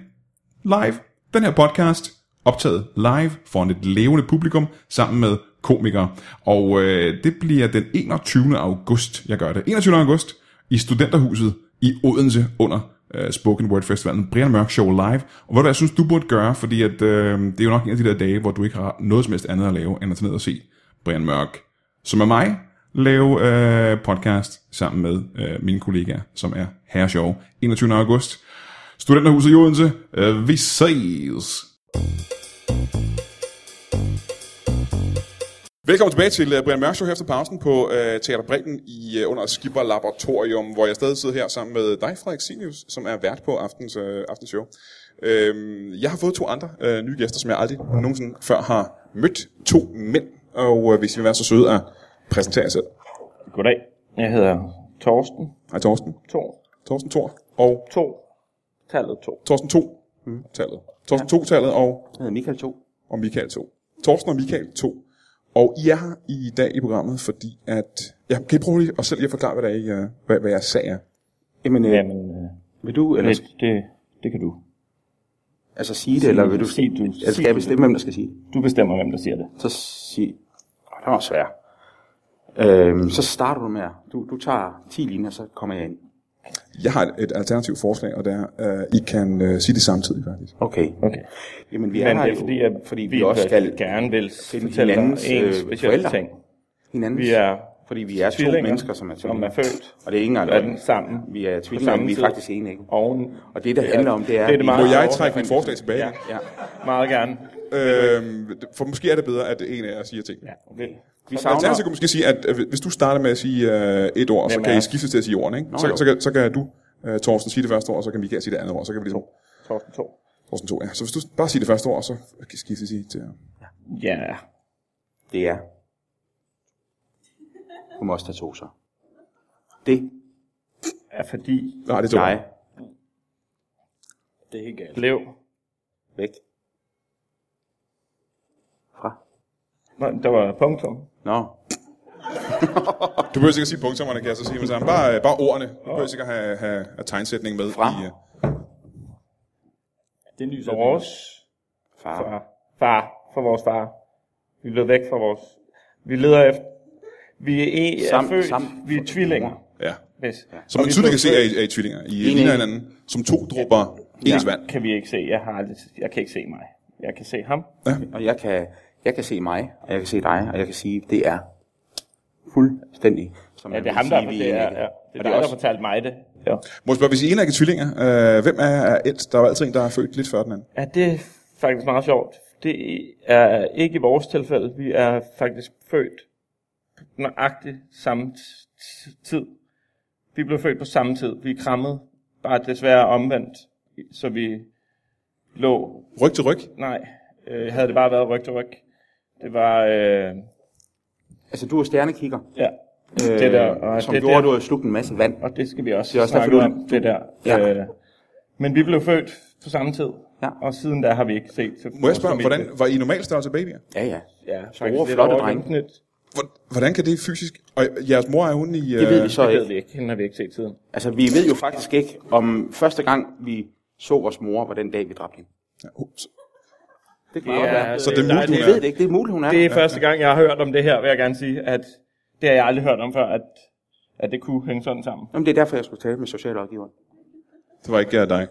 live. Den her podcast optaget live foran et levende publikum sammen med komikere. Og øh, det bliver den 21. august, jeg gør det. 21. august i Studenterhuset i Odense under øh, Spoken Word Festivalen. Brian Mørk Show live. Og hvad er det, jeg synes, du burde gøre, fordi at, øh, det er jo nok en af de der dage, hvor du ikke har noget som helst andet at lave, end at tage ned og se Brian Mørk som er mig, lave øh, podcast sammen med øh, mine kollegaer, som er herreshow 21. august. Studenterhuset i Odense. Øh, vi ses! Velkommen tilbage til øh, Brian Mørk Show her efter pausen på øh, Teater Bremen i øh, under Skipper Laboratorium, hvor jeg stadig sidder her sammen med dig, Frederik Sinius, som er vært på aftens, øh, aftens show. Øhm, jeg har fået to andre øh, nye gæster, som jeg aldrig nogensinde før har mødt. To mænd, og øh, hvis I vil være så søde at præsentere jer selv.
Goddag. Jeg hedder Torsten
Hej Torsten.
Thor.
Torsten Thor og
To. Tallet to.
Torsten 2 tallet. Torsten 2 tallet og,
Jeg hedder Michael 2.
og Michael 2. Torsten og Michael 2. Og I er her i dag i programmet, fordi at... Ja, kan I prøve lige at selv lige at forklare, hvad, der er, I, øh, hvad, hvad jeres sag er?
Jamen, øh,
Jamen, øh,
vil du eller,
det, det, det kan du.
altså sige det, eller vil du,
Sig du.
eller skal jeg bestemme, hvem der skal sige det?
Du bestemmer, hvem der siger det.
Så sig... Oh, det var svært. Øhm, så starter du med, at- du, du tager 10 linjer, så kommer jeg ind.
Jeg har et, et alternativt forslag, og det er, øh, I kan øh, sige det samtidig faktisk.
Okay.
Okay.
Jamen, vi
Ja,
er
Men
her
det er
jo,
fordi, at
fordi vi, også skal
gerne vil
finde
fortælle dig en
hinandens, øh,
speciel
forældre.
ting.
hinandens,
Vi er,
fordi vi er to
tvillinger,
mennesker, som er
som
tvillinger.
er født
Og det er ikke engang
verden
løgn.
sammen
Vi er tvillinger,
samme
men vi er
tid.
faktisk enige, ikke?
oven.
Og det, der handler om, det er...
det er det meget-
Må jeg
over-
trække mit forslag tilbage?
Ja,
Ja.
meget gerne.
Øh, for måske er det bedre, at en af jer siger ting.
Ja, okay.
Vi savner...
Alternativet kunne måske sige, at øh, hvis du starter med at sige øh, et ord, så
Hvem
kan
er-
I skifte til at sige ordene, ikke? så,
jo.
så, kan, så kan du, øh, Thorsten, sige det første ord, og så kan Michael sige det andet ord. Så kan vi ligesom...
Torsten 2.
Thorsten to, ja. Så hvis du bare siger det første ord, så kan skifte sige til...
Ja.
Det er... Du må også tage to, så. Det.
Er fordi
Nej, det er to.
Nej.
Det er helt galt.
blev...
Væk. Fra.
Nå, der var punktum.
Nå.
Du behøver sikkert sige punktsommerne, kan jeg så sige med sammen. Bare, øh, bare ordene. Du behøver sikkert have, have, have tegnsætning med.
Fra.
I, øh,
Det er en ny sætning.
Vores
Far.
far. Far. For vores far. Vi blev væk fra vores... Vi leder efter... Vi er, e,
Sam-
er født.
sam-
vi er tvillinger.
ja.
Hvis. Ja.
Som man tydeligt kan se, er I, er I tvillinger. I øh, ligner hinanden som to dråber ens vand.
Kan vi ikke se. Jeg, har aldrig, jeg kan ikke se mig. Jeg kan se ham.
Og jeg kan, jeg kan se mig, og jeg kan se dig, og jeg kan sige, det er fuldstændig. Som
Ja,
jeg
det er
ville
ham, der,
sige, vi
det er,
egentlig
ja,
ikke
det er,
Og
dig, der fortalte mig det. Ja.
Må jeg spørge, hvis I en er tvillinger, øh, hvem er, er ældst? Der er jo altid en, der er født lidt før den anden.
Ja, det er faktisk meget sjovt. Det er ikke i vores tilfælde. Vi er faktisk født på nøjagtig samme t- t- tid. Vi blev født på samme tid. Vi er krammet, bare desværre omvendt. Så vi lå...
Ryg til ryg.
Nej, øh, havde det bare været ryg til ryg. Det var... Øh,
Altså, du er stjernekigger,
ja,
øh,
det der. Og
som
det
gjorde,
der.
at du har slugt en masse vand.
Og det skal vi også,
Det er også
snakke
derfor, du-
om, det der.
Ja.
Øh, men vi blev født på samme tid,
Ja.
og siden da har vi ikke set til
Må jeg spørge, hvordan var I normal størrelse babyer?
Ja, ja.
Ja,
store, flotte drenge?
Hvor- Hvordan kan det fysisk... Og jeres mor er hun i... Øh,
Det ved vi så
Så det ved
ikke.
vi ikke, hende har vi ikke set siden.
Altså, vi ved jo faktisk ikke, om første gang, vi så vores mor, var den dag, vi dræbte hende.
Ja, uh, så-
Det kan godt være.
Så altså, det er muligt,
Vi
hun
ved det ikke. Det er muligt, hun er.
Det er første gang, jeg har hørt om det her, vil jeg gerne sige, at det har jeg aldrig hørt om før, at, at det kunne hænge sådan sammen.
Jamen, det er derfor, jeg skulle tale med socialrådgiveren.
Det var ikke øh, dig.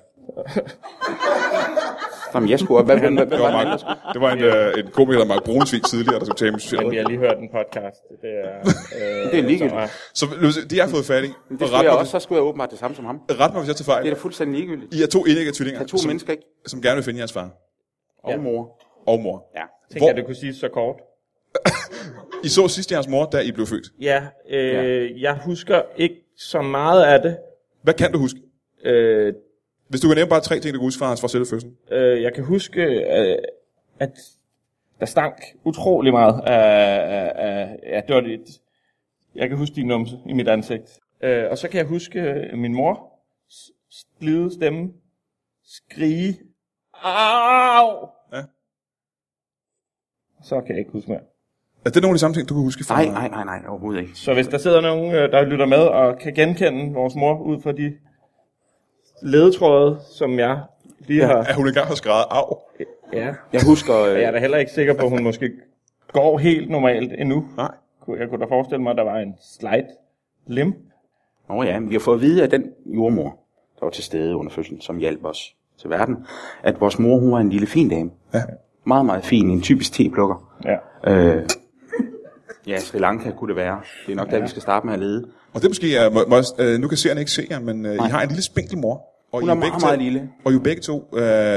Jamen, jeg skulle... Hvad, hvad, hvad,
Det
hvad,
var,
var det?
Mark, det var en, øh, en komiker, Mark Brunsvig, tidligere, der skulle tage med
Men vi
socialt.
har lige hørt en podcast. Det er, øh,
Det er ligegyldigt.
som
Så Louise, det jeg har fået fat i, og ret
det skulle jeg
mig,
også. Så skulle jeg åbenbart det samme som ham.
hvis- ret mig, hvis jeg tager fejl.
Det er da fuldstændig ligegyldigt.
I er to enægge tvillinger,
Der er to
som,
mennesker, ikke?
som gerne vil finde jeres far
Og mor.
og mor.
Ja.
Tænk,
Hvor-
at det kunne siges så kort.
I så sidst jeres mor, da I blev født.
Ja, øh, jeg husker ikke så meget af det.
Hvad kan du huske?
Øh,
Hvis du kan nævne bare tre ting, du kan huske fra, fra selve fødslen.
Øh, jeg kan huske, øh, at der stank utrolig meget af, af, af, af det var det. Jeg kan huske din numse i mit ansigt. Øh, og så kan jeg huske øh, min mor s- slide stemme, skrige, Au!
Ja.
Så kan jeg ikke huske mere.
Er det nogle af de samme ting, du kan huske fra?
Nej, nej, nej, nej. Overhovedet ikke.
Så hvis der sidder nogen, øh, der lytter med og kan genkende vores mor ud fra de ledetråde, som jeg lige ja. har...
At hun engang har skrevet af.
Ja.
Jeg husker... Øh,
Og jeg er da heller ikke sikker på, at hun måske går helt normalt endnu.
Nej.
Kunne- Jeg kunne da forestille mig, at der var en slight lim.
Nå ja, men vi har fået at vide af den jordmor, der var til stede under fødslen, som hjalp os til verden, at vores mor, hun var en lille fin dame.
Ja.
Meget, meget fin. En typisk teplukker.
Ja.
Øh, ja, Sri Lanka kunne det være. Det er nok ja. der, vi skal starte med at lede.
Og det måske er, må, må, øh, nu kan seerne ikke se jer, men øh, I har en lille spinkel mor. Og
Hun
I
er meget,
begge
meget
to,
lille.
Og I er begge to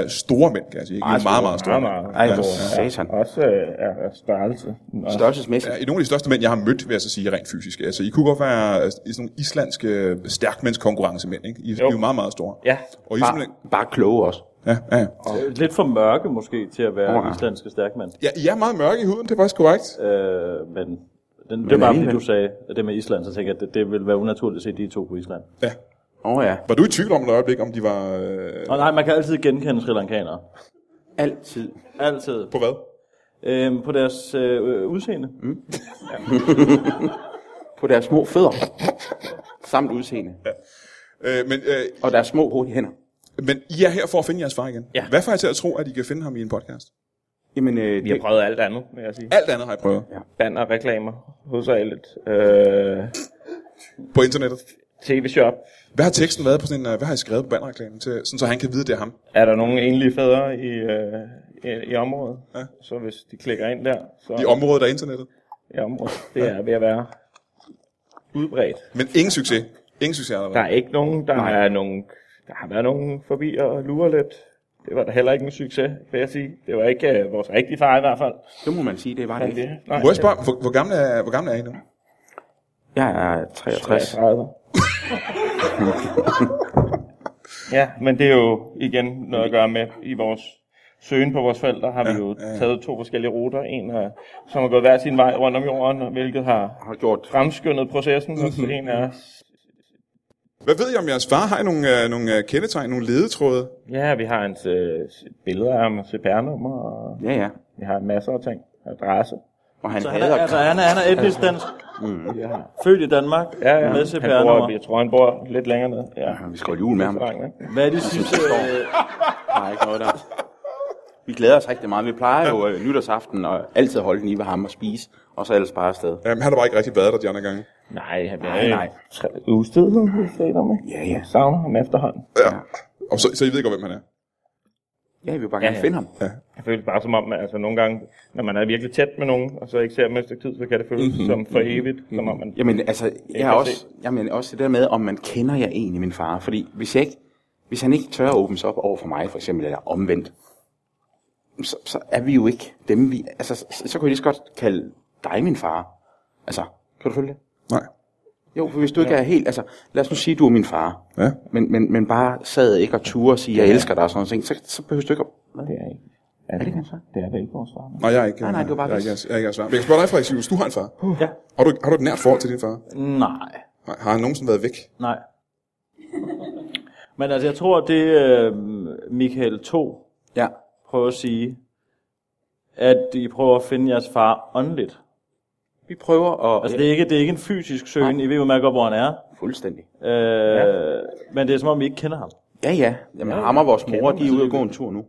øh, store mænd, kan jeg sige. Ikke? I er meget, meget store.
Meget, meget.
Ej, hvor
Ja.
Altså, satan.
Også øh, er er størrelse. Også.
Størrelsesmæssigt.
Ja, I er nogle af de største mænd, jeg har mødt, vil jeg så sige, rent fysisk. Altså, I kunne godt være øh, i sådan nogle islandske øh, stærkmændskonkurrencemænd, ikke? I, jo. I er jo meget, meget store.
Ja.
Og I er simpelthen...
Bare, bare kloge også.
Ja, ja, ja.
Øh, Lidt for mørke måske til at være
Åh, ja.
islandske stærkmand.
ja, I er meget mørke i huden, det er faktisk korrekt.
Øh, men den, det var bare fordi
alligevel.
du sagde at det med Island, så tænker jeg, at det, det ville være unaturligt at se de to på Island.
Ja.
Åh oh, ja,
Var du i tvivl om et øjeblik, om de var... Øh,
Og nej, man kan altid genkende Sri Lankanere.
altid.
Altid.
på hvad?
Øhm, på deres øh, øh, udseende. Mm.
På deres små fødder. Samt udseende.
Øh, men, øh,
Og deres små hurtige hænder.
men I er her for at finde jeres far igen.
Ja.
Hvad får jeg til at tro, at I kan finde ham i en podcast?
Jamen, øh,
Vi har
det,
prøvet alt andet, vil jeg sige.
Alt andet har jeg prøvet.
Banner, reklamer, hovedsageligt. Øh,
På internettet.
TV-shop.
Hvad har teksten været på sådan en, øh, hvad har I skrevet på bannerreklamen til, sådan så han kan vide, det er ham?
Er der nogen enlige fædre i, øh, i, i området?
Ja.
Så hvis de klikker ind der, så
I området af internettet.
i området, det er ved at være udbredt.
Men ingen succes. Ingen succes allerede.
Der er ikke nogen, der Nej. er nogen, der har været nogen forbi og lurer lidt. Det var da heller ikke en succes, vil jeg sige. Det var ikke øh, vores rigtige far i hvert fald.
Det må man sige, det var det
Men
ikke.
det, nej,
Må jeg spørge, hvor, hvor, gamle er, hvor gamle er I nu?
Jeg er 63.
33. ja, men det er jo igen noget at gøre med i vores søgen på vores forældre, har vi jo taget to forskellige ruter. En, er, som har gået hver sin vej rundt om jorden, hvilket har
Har gjort
fremskyndet processen, og så en er...
Hvad ved I om jeres far? Har I nogle, øh, nogle øh, kendetegn, nogle ledetråde?
Ja, vi har hans øh, billeder af ham, CPR-nummer, og
Ja, ja.
vi har masser af ting. Adresse.
Og han
Så han er,
hader
altså, han er, han er etnisk dansk,
Ja,
født i Danmark,
ja. ja.
med
Han bor,
CPR-nummer.
jeg tror, han bor lidt længere ned. Ja.
Vi skal holde jul med ham.
Dreng, ikke?
Hvad er det sidste? Øh,
Der er ikke noget der. Vi glæder os rigtig meget. Vi plejer jo øh, nytårsaften og altid holde den i ved ham og spise. Og så ellers bare afsted.
Jamen, han har bare ikke rigtig været der de andre gange.
Nej, han
Nej, nej.
er ustedet, vi taler om, ikke?
Ja, ja.
Savner ham efterhånden.
Ja. Og så, så I ved godt, hvem han er.
Ja, vi vil bare
Ja,
gerne
ja.
finde ham.
Det føles bare som om, at altså, nogle gange, når man er virkelig tæt med nogen, og så ikke ser dem efter tid, så kan det føles mm-hmm. som for evigt, mm-hmm. som om man...
Mhm. Jamen, altså, jeg er
kan
også, jamen, også det der med, om man kender jeg egentlig min far. Fordi hvis, jeg ikke, hvis han ikke tør at åbne sig op over for mig, for eksempel, eller omvendt, så, så er vi jo ikke dem, vi... Altså, så, så kunne jeg lige så godt kalde dig min far. Altså, kan du følge det?
Nej.
Jo, for hvis du ikke er helt... Altså, lad os nu sige, du er min far.
Ja.
Men, men, men bare sad ikke og turde og sige, jeg elsker dig og sådan noget, så, så behøver du ikke at...
Det er ikke. Er det,
ikke hans far?
det er vel ikke vores far.
Nej, jeg er ikke.
Nej, nej, det var bare
jeg, er ikke
hvis-
jeres, jeg er ikke jeres far. Men jeg kan spørge dig, Frederik Sivus, du har en far.
ja.
Har du, har du et nært forhold til din far?
Nej.
Nej, har han nogensinde været væk?
Nej. Men altså, jeg tror, det øh, Michael 2
Ja.
prøver at sige, at I prøver at finde jeres far åndeligt.
Vi prøver at...
Altså, det er ikke, det er ikke en fysisk søgen, I ved jo meget godt, hvor han er.
Fuldstændig.
Øh, ja. Men det er som om, vi ikke kender ham.
Ja, ja. Jamen, ja, Hammer, vores mor, de er ude og gå en tur nu.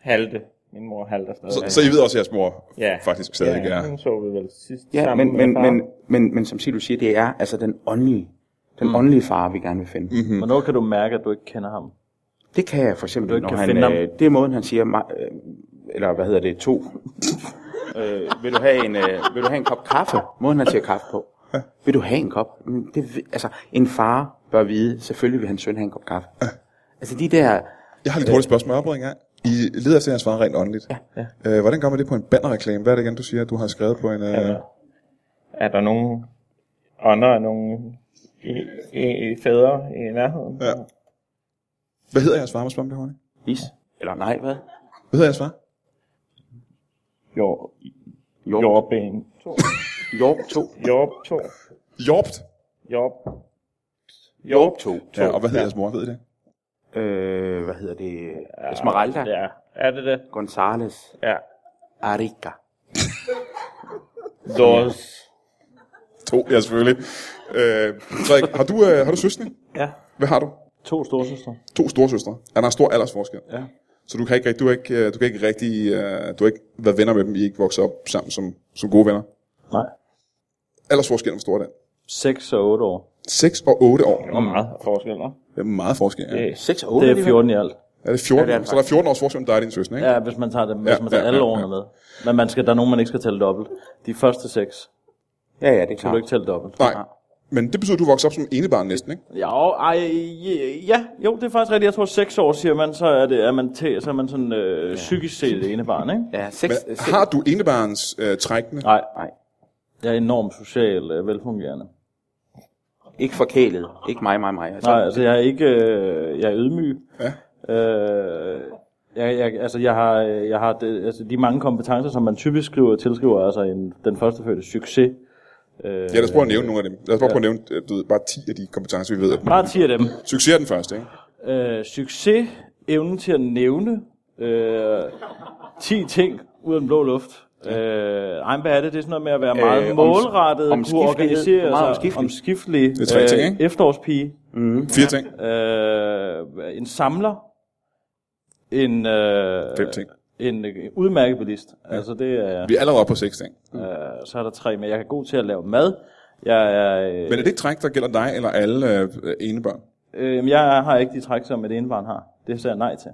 Halte. Min mor halter stadig.
Så, så I ved også, at jeres mor ja. faktisk stadig
ja,
ja. er.
hende så vi vel sidst
Ja,
sammen
men,
med
men,
far.
men, men, men som Silo siger, det er altså den åndelige, den mm. åndelige far, vi gerne vil finde. Mm.
Mhm.
Mm. Hvornår kan du mærke, at du ikke kender ham?
Det kan jeg for
Du
eksempel,
ikke
når
kan
han,
finde ham.
øh, det er måden, han siger, mig, øh, eller hvad hedder det, to. øh, vil, du have en, øh, vil du have en kop kaffe? Måden, han siger kaffe på. Vil du have en kop? Mm, Det, ved- altså, en far bør vide, selvfølgelig vil hans søn have en kop kaffe. Altså de der,
Jeg har lidt hurtigt spørgsmål. Jeg en gang. I leder efter jeres far rent åndeligt. Ja. ja. Øh, hvordan gør man det på en bannerreklame? Hvad er det igen, du siger, at du har skrevet på en... Øh... Ja.
Er der nogen ånder af nogen i, i, i fædre i nærheden?
ja. Hvad hedder jeres far? Må jeg spørge om det, Horne?
is, eller nej, hvad?
Hvad hedder jeres far?
Jo,
Jorp, Jorp,
jordben. To.
Jorp 2.
Jorb to.
Jorpt.
Jorb.
Jorp 2.
Ja, og hvad hedder ja. jeres mor? Ved I det?
Øh, hvad hedder det? Esmeralda,
Ja, er det det?
Gonzales,
Ja.
Arica.
Dos.
To, ja, selvfølgelig. Øh, Frederik, har du, øh, har du søskende?
Ja.
Hvad har du?
To storsøstre.
To storesøstre. Er der en stor aldersforskel?
Ja.
Så du kan ikke, rigtig- du har ikke, øh, du kan ikke rigtig, øh, du har ikke været venner med dem, I er ikke vokset op sammen som, som gode venner.
Nej.
Aldersforskellen, hvor stor er den?
6 og 8 år.
6 og 8 år.
Hvor meget forskel, hva'?
Det er meget forskel, ja.
Det-
6 og 8
Det er 14 i alt.
Er det 14?
Ja, det er
Ja,
den
det så der er 14 års forskel med dig og din søster, ikke?
Ja, hvis man tager, det, hvis
Ja,
man tager
ja,
alle
ja,
årene med. Men man skal, der er nogen, man ikke skal tælle dobbelt. De første seks
Ja, ja, det er
kan du
klart.
ikke tælle dobbelt.
Nej. Men det betyder, at du voksede op som enebarn næsten, ikke?
Ja, og, ej, ja, jo, det er faktisk rigtigt. Jeg tror, seks år, siger man, så er, det, er man, tæ, så er man sådan øh, psykisk set det ene barn, ikke?
Ja,
Men
6, 6,
har du enebarns øh, trækkende?
Nej,
nej.
jeg er enormt social, øh, velfungerende.
Ikke forkælet. Ikke mig, mig, mig. Altså,
Nej, altså, jeg er ikke, øh, jeg er ydmyg.
Ja.
Øh, jeg, jeg, altså, jeg har, øh, jeg har det, altså, de mange kompetencer, som man typisk skriver, tilskriver altså en, den førstefødte succes.
Ja, lad os
Øh,
prøve at nævne nogle af dem. Lad os bare prøve at nævne øh, du ved, bare 10 af de kompetencer, vi ved. at-
Bare 10 af dem.
Succes er den første, ikke?
øh, succes, evnen til at nævne øh, 10 ting ud af den blå luft. Øh, ej, men hvad er det? Det er sådan noget med at være meget
Øh, oms-
øh, målrettet, om, kunne
omskiftelighed.
organisere
Hvor meget
sig,
omskiftelig?
omskiftelig,
er tre ting, ikke?
efterårspige,
Fire ting.
øh, en samler, en, øh,
Fem ting.
en øh, udmærket bilist. Altså det er,
Vi er allerede oppe på seks ting.
øh, så er der tre, men jeg er god til at lave mad, Jeg, er, øh,
Men er det et træk, der gælder dig eller alle øh, ene børn?
øh, jeg har ikke de træk, som et ene barn har. Det sagde jeg nej til.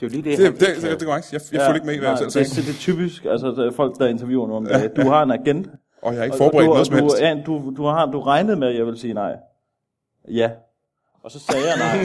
Det er jo lige det,
Det,
han-
det, det, det er korrekt. Jeg, jeg ja, fulgte ikke med, i, hvad jeg
nej,
selv
det,
sagde.
det, det er typisk, altså der er folk, der interviewer nu om dagen. Du har en agenda.
Og jeg har ikke
og- og
forberedt
du,
noget som
du,
helst.
Ja, du, du, har, du regnede med, at jeg ville sige nej. Ja. Og så sagde jeg nej.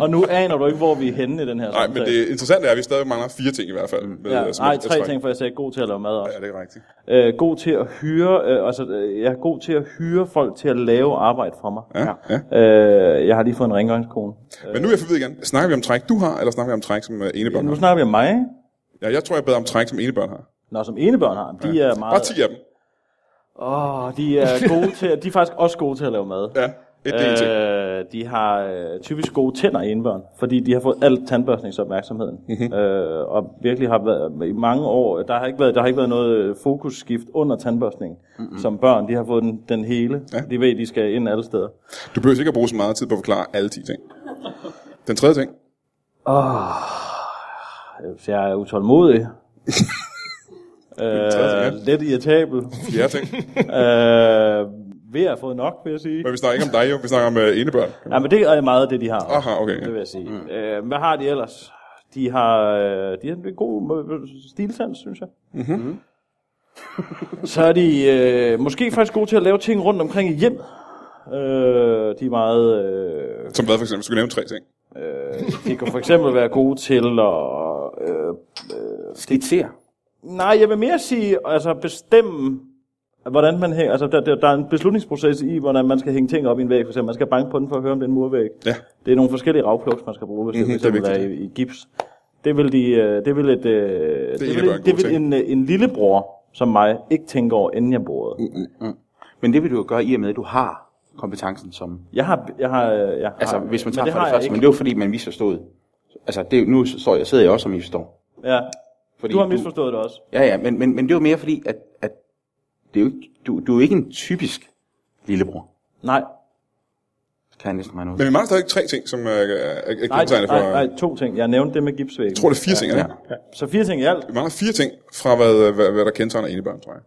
og nu aner du ikke, hvor vi er henne i den her
Nej, men
samtale.
det interessante er, at vi stadig mangler fire ting i hvert fald. Med,
Mm. Ja,
øh, som
nej,
et- et
tre
træk.
ting, for jeg sagde god til at lave mad også.
Ja, det er rigtigt.
øh, god til at hyre, øh, altså, øh, jeg er god til at hyre folk til at lave arbejde for mig.
Ja, ja.
Øh, jeg har lige fået en rengøringskone.
Men nu er jeg forvirret igen. Snakker vi om træk, du har, eller snakker vi om træk, som øh, enebørn
Nu
har?
snakker vi om mig, ikke?
Ja, jeg tror, jeg bad om træk, som enebørn har.
Nå, som enebørn har, de er meget...
Bare 10 af dem.
Åh, oh, de er gode til, de er faktisk også gode til at lave mad.
Ja, et øh, ting.
Øh, de har øh, typisk gode tænder i indbørn, fordi de har fået al tandbørstningsopmærksomheden.
Mhm.
Mm-hmm. Øh, og virkelig har været, i mange år, der har ikke været, der har ikke været noget øh, fokusskift under tandbørstning mm-hmm. som børn. De har fået den, den hele. Ja. De ved, de skal ind alle steder.
Du behøver ikke at bruge så meget tid på at forklare alle 10 ting. Den tredje ting.
Øh, Så jeg er utålmodig.
tredje, ja.
øh, lidt irritabel.
Fjerde ting.
øh, ved at have fået nok, vil jeg sige.
Men vi snakker ikke om dig, jo. Vi snakker om øh, enebørn.
Ja, men det er meget af det, de har.
Aha, okay, ja.
Det vil jeg sige. Mm. Øh, hvad har de ellers? De har, øh, de har en god øh, stilsans, synes jeg. Mm-hmm. så er de øh, måske faktisk gode til at lave ting rundt omkring i hjem. Øh, de er meget... Øh,
Som hvad for eksempel? Skulle du nævne tre ting?
de kan for eksempel være gode til at... Øh,
Skitser.
nej, jeg vil mere sige, altså bestemme, hvordan man hænger... Altså, der, der, der er en beslutningsproces i, hvordan man skal hænge ting op i en væg. For eksempel, man skal banke på den for at høre, om det er en murvæg.
Ja.
Det er nogle forskellige ravplugs, man skal bruge, hvis
Mhm,
mm-hmm, det for
det er
eksempel er, i, i gips. Det vil, de, øh, det vil, et, øh, det
egentlig
vil,
bare en
en, det
god
vil en, øh, en lillebror som mig ikke tænke over, inden jeg bor. Mm.
Men det vil du jo gøre i og med, at du har kompetencen som...
Jeg har... Jeg har, øh, jeg har
Altså, hvis man
men
tager det
det
for
har
det
jeg
første,
ikke.
men det var fordi, man misforstod. Altså, det, er jo- nu står jeg, sidder jeg også og misforstår.
Ja.
Fordi
Du har misforstået det også.
Ja, ja, men, men, men det var mere fordi, at, at det er jo ikke, du, du er jo ikke en typisk lillebror,
Nej,
kan jeg næsten regne ud.
Men vi mangler stadig tre ting, som øh, er, er er
nej,
kendetegnende for... øh,
nej, nej, to ting. Jeg nævnte det med gipsvæggen.
Jeg tror, det er fire ting, er det?
ja.
Så fire ting i alt.
Vi mangler fire ting fra, hvad, øh, hvad, hvad der kendetegner enebørn, tror jeg.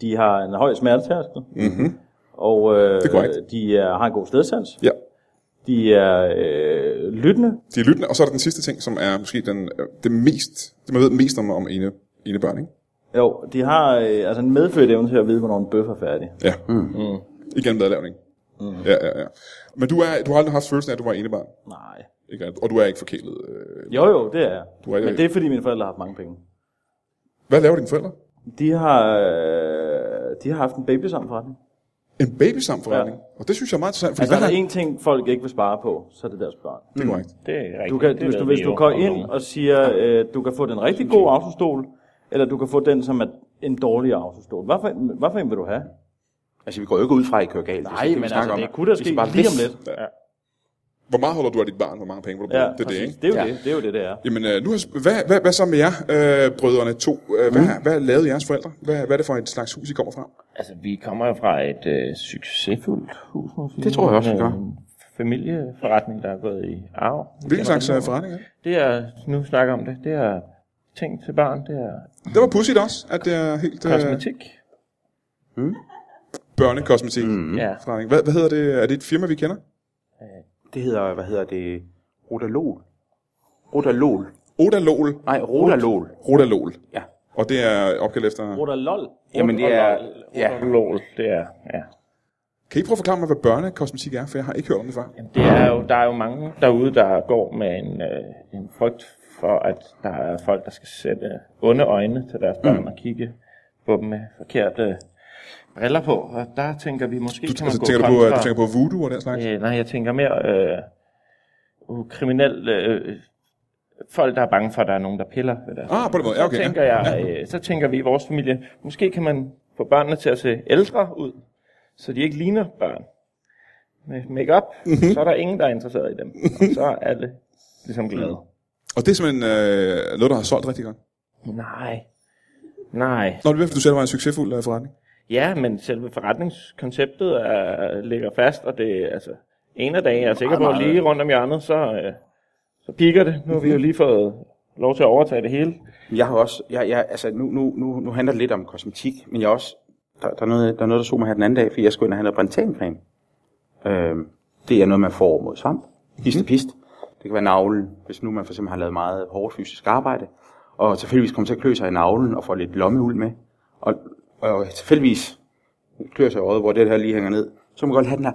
De har en høj smertetærskel. Mm-hmm. Og øh,
Mhm. er korrekt.
de er, har en god stedsans.
Ja.
De er øh, lyttende.
De er lyttende, og så er der den sidste ting, som er måske den, øh, det mest, det man ved mest om, om ene, enebørn, ikke?
Jo, de har øh, altså en medfødt evne til at vide, hvornår en bøf er færdig.
Ja. Mm. Igen madlavning. Mm. Ja, ja, ja. Men du, er, du har aldrig haft følelsen af, at du var enebarn.
Nej.
Ikke? rigtigt? Og du er ikke forkælet. øh.
Jo, jo, det er jeg.
Du er-
Men det er, fordi mine forældre har haft mange penge.
Hvad laver dine forældre?
De har, øh, de har haft en baby sammen fra den.
En babysamforretning. Ja. Og det synes jeg er meget interessant. Fordi
Altså,
altså,
der er
hvad har...
én ting, folk ikke vil spare på, så er det deres børn.
Det er korrekt.
Det er rigtigt.
Du kan,
det
hvis
ved
du,
vi
hvis
jo
du går
om
ind
nogen.
og siger, øh, du kan få den rigtig gode autostol, eller du kan få den, som er en dårlig autostol. Hvad for, en- hvad for en vil du have?
Altså, vi går jo ikke ud fra, at I kører galt.
Nej, men altså, det kunne da ske lige om lidt.
Hvor meget holder du af dit barn? Hvor mange penge vil du bruge? det
Ja,
er det,
præcis.
ikke?
det er jo
Ja.
det, det er jo det, det er.
Jamen, øh, nu, har sp- hvad, hvad, hvad så med jer, øh, brødrene to? Øh, hvad, mm. hvad lavede jeres forældre? Hvad, hvad er det for et slags hus, I kommer fra?
Altså, vi kommer jo fra et øh, succesfuldt hus, må jeg sige.
Det tror jeg også, vi gør.
En familieforretning, der er gået i arv.
Hvilken slags øh, forretning er det?
Det er, nu snakker om det, det er ting til barn, det er
Det var pudsigt også, at det er helt øh,
kosmetik.
børnekosmetik. Mm.
Ja.
Forretning. Hvad, hvad hedder det? Er det et firma, vi kender?
Det hedder, hvad hedder det? Rodalol. Rodalol.
Odalol.
Nej, Rodalol.
Rodalol.
Ja.
Og det er opkaldt efter...
Bruger lol?
Jamen, det er... Ja,
Lol, det er, ja.
Kan I prøve at forklare mig, hvad børnekosmetik er? For jeg har ikke hørt om det før.
Det er jo, der er jo mange derude, der går med en, øh, en frygt for, at der er folk, der skal sætte onde øjne til deres børn mm. og kigge på dem med forkerte briller på. Og der tænker vi, måske
Du,
kan man
altså,
gå
tænker, du
frem
på, øh,
for-
du tænker på voodoo og den slags?
Øh, nej, jeg tænker mere øh, uh, kriminel... Øh, folk, der er bange for, at der er nogen, der piller ved deres
Ah, på den måde. Ja,
så,
okay, ja.
tænker jeg, øh, så tænker vi i vores familie, måske kan man få børnene til at se ældre ud, så de ikke ligner børn. Med makeup,
Mhm.
mm-hmm. så er der ingen, der er interesseret i dem. Og så er alle ligesom glade.
Og det er simpelthen øh, noget, der har solgt rigtig godt.
Nej. Nej.
Nå, det er i hvert fald, du selv var en succesfuld øh, forretning.
Ja, men selve forretningskonceptet er, ligger fast, og det er altså
Mhm.
en af dagen, jeg er sikker på, lige rundt om hjørnet, så, øh, så piker det. Nu har vi jo lige fået lov til at overtage det hele.
Jeg har også, jeg, jeg, altså nu, nu, nu, nu handler det lidt om kosmetik, men jeg har også, der, der, er noget, der er noget, der så mig her den anden dag, fordi jeg skulle ind og handle brantanplan. Øhm, det er noget, man får mod svamp. Hist og pist. Det kan være navlen, hvis nu man for eksempel har lavet meget hårdt fysisk arbejde, og tilfældigvis kommer til at klø sig i navlen og får lidt lommeuld med, og, og tilfældigvis klør sig i øjet, hvor det her lige hænger ned, så må man godt have den her,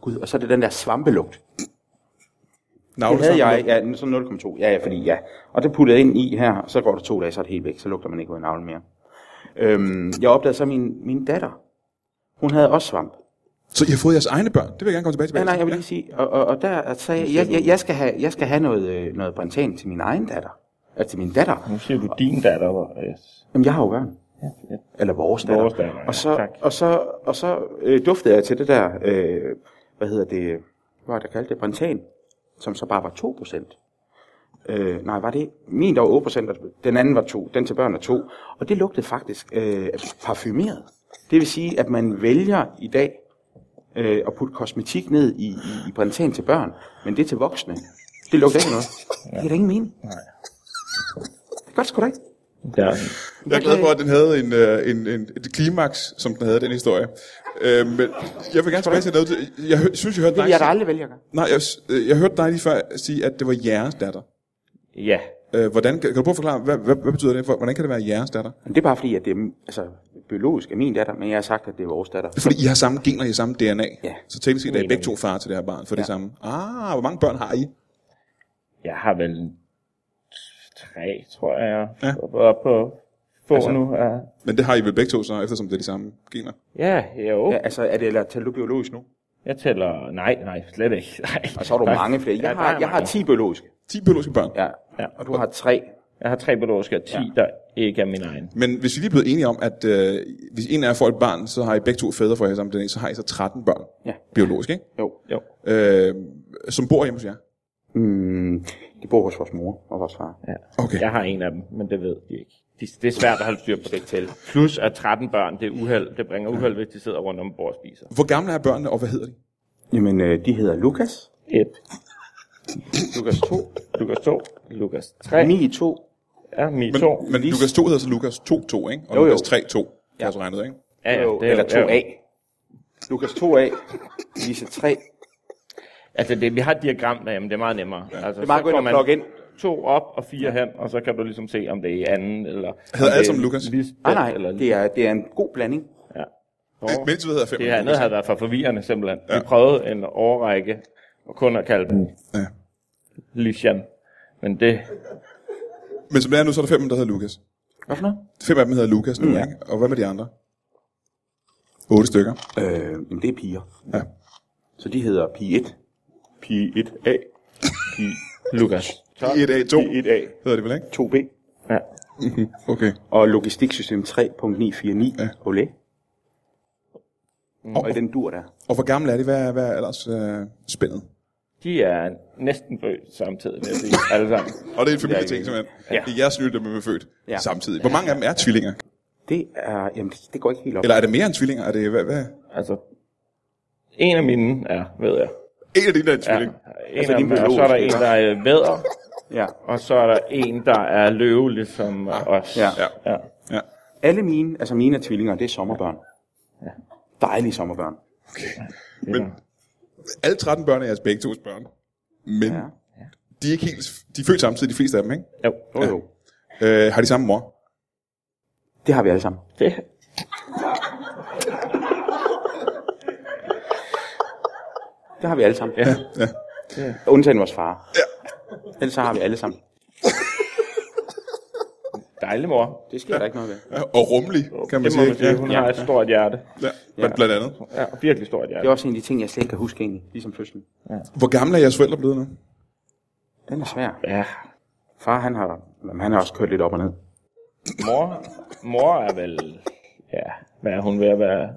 gud, og så er det den der svampelugt.
Navle,
Det havde jeg, ja, så 0,2. Ja, ja, fordi ja. Og det puttede jeg ind i her, og så går der to dage, så er det helt væk, så lugter man ikke ud af navlen mere. Øhm, jeg opdagede så min, min datter. Hun havde også svamp.
Så I har fået jeres egne børn? Det vil jeg gerne komme tilbage til.
Ja, nej, jeg vil lige sige, og, og, og der sagde jeg, jeg, jeg, jeg, skal have, jeg skal have noget, øh, noget brentan til min egen datter. Altså til min datter.
Nu siger du din datter. hvor- Yes.
Jamen, jeg har jo børn.
ja.
Eller vores datter.
Vores datter, ja,
og så,
tak.
og så, og så øh, duftede jeg til det der, øh, hvad hedder det, hvad var det, der kaldte det, brentan, som så bare var 2%. Øh, nej, var det min, der var 8%, og den anden var 2, den til børn er 2. Og det lugtede faktisk øh, parfumeret. Det vil sige, at man vælger i dag øh, at putte kosmetik ned i, i, i brentan til børn, men det til voksne, det lugter ikke af noget. Det giver da ingen mening. Nej. Det gør det sgu da ikke.
Ja.
Jeg er glad for, at den havde en, øh, en, en, et klimaks, som den havde, den historie. Øh, men jeg vil gerne tilbage til noget. Jeg hø- synes, jeg hørte
Det
dig,
vil jeg da aldrig vælge at gøre.
nej, jeg, øh, jeg hørte dig lige før sige, at det var jeres datter.
ja.
Øh, hvordan, kan, kan du prøve at forklare, hvad, hvad, hvad betyder det? For, hvordan kan det være jeres datter?
Men det er bare fordi, at det er, altså, biologisk er min datter, men jeg har sagt, at det er vores datter.
Fordi I har samme gener, I har samme DNA.
Ja.
Så teknisk set er I begge to far til det her barn for ja. det samme. Ah, hvor mange børn har I?
Jeg har vel en tre, tror jeg,
Ja.
jeg ja. op på få altså, nu. Ja,
Men det har I vel begge to så, eftersom det er de samme gener.
ja jo.
Ja,
Ja.
altså, er det, eller taler du biologisk nu?
Jeg tæller... Nej, nej, slet ikke. Nej.
Og så har du
Tak.
mange flere. Jeg,
Ja, der
har,
er
jeg har
mange.
10 biologiske.
10 biologiske børn.
Ja.
Ja.
Og du har tre.
Jeg har tre biologiske og ti, ja. der ikke er min egen.
Men hvis vi lige er blevet enige om, at øh, hvis en af jer får et barn, så har I begge to fædre for jer samme DNA, så har I så 13 børn
Ja.
biologisk, ikke?
Jo.
Jo.
øh, som bor hjemme hos jer.
Mm, de bor hos vores mor og vores far.
Ja.
Okay.
Jeg har en af dem, men det ved de ikke. De, det er svært at holde styr på det til. Plus at 13 børn, det er uheld. Det bringer uheld, hvis de sidder rundt om bordet og spiser.
Hvor gamle er børnene, og hvad hedder de?
Jamen, øh, de hedder Lukas.
Et.
Lukas 2.
Lukas 2. Lukas 3.
Mi 2.
Ja, mi
Men,
2.
men Lukas 2 hedder så Lukas 2-2, ikke? Og
Jo, jo.
Lukas 3-2, ja. regnet, ikke?
Ja, ja, det er
eller
jo- ja,
2A. Lukas 2A. Lise 3.
Altså, det, vi har et diagram derhjemme, det er meget nemmere. Ja. Altså,
Det er meget
så
godt
går
at plukke ind.
to op og fire hen, og så kan du ligesom se, om det er i anden, eller...
Hedder
om
alle
det er
sammen Lukas?
Lisbeth,
Ah, Nej, nej.
Eller,
Det er, det er en god blanding.
ja.
Oh. Mindst hedder 5.
Det her andet havde været for forvirrende, simpelthen. Ja. Vi prøvede en årrække og kun at kalde den
Ja.
Lysian. Men det...
Men som det er nu, så er der fem af dem, der hedder Lukas.
Hvad for noget?
Fem af dem hedder Lukas nu, mm, ja. ikke? Og hvad med de andre? Otte stykker.
Øh, jamen, det er piger.
Ja.
Så de hedder pige 1. Pige 1A. Pige
Lukas.
12. 1A2
1A.
hedder det vel, ikke?
2B.
Ja.
Okay.
Og logistiksystem 3.949.
Ja.
Ja. Olé. Mm. Og i den dur der.
Og hvor gamle er de? Hvad, er- hvad er ellers øh, spændet?
De er næsten født samtidig, vil jeg sige. Alle sammen.
Og det er en familieting, simpelthen. Ja.
Ja.
Det er jeres snyld, der blev født ja.
Ja.
samtidig. Hvor mange af dem er tvillinger?
Det er, jamen det, det går ikke helt op.
Eller er det mere end tvillinger? Er det, hvad, hvad?
Altså, en af mine er, ved jeg.
En af dine der er en
Ja.
tvilling.
En
Altså,
af
din
dem, er- og så er der en,
biologiske.
der er vædder,
Ja.
og så er der en, der er løve, ligesom øh, os.
Ja.
Ja.
ja.
ja.
Alle mine, altså mine er tvillinger, det er sommerbørn. Ja. Dejlige sommerbørn.
Men alle 13 børn er jeres begge tos børn. Men ja.
Ja.
de er ikke helt... De er født samtidig, de fleste af dem, ikke?
Jo.
Jo, jo.
Øh, har de samme mor?
Det har vi alle sammen.
Det.
Det har vi alle sammen.
Ja.
Ja.
Undtagen vores far. Ja. Ellers så har vi alle sammen.
Dejlig mor.
Det sker ja. der ikke noget ved.
Ja, Og rummelig, kan man
Det må
sige.
man sige. Hun
Ja.
har et stort hjerte.
Ja. Ja. Blandt andet.
Ja, virkelig stort
Det er
hjerte.
også en af de ting, jeg slet ikke kan huske egentlig, ligesom fødslen.
Hvor gamle er jeres forældre blevet nu?
Den er svær.
Ja.
Far, han har, jamen, han har også kørt lidt op og ned.
Mor, mor er vel... Ja, hvad er hun ved at være?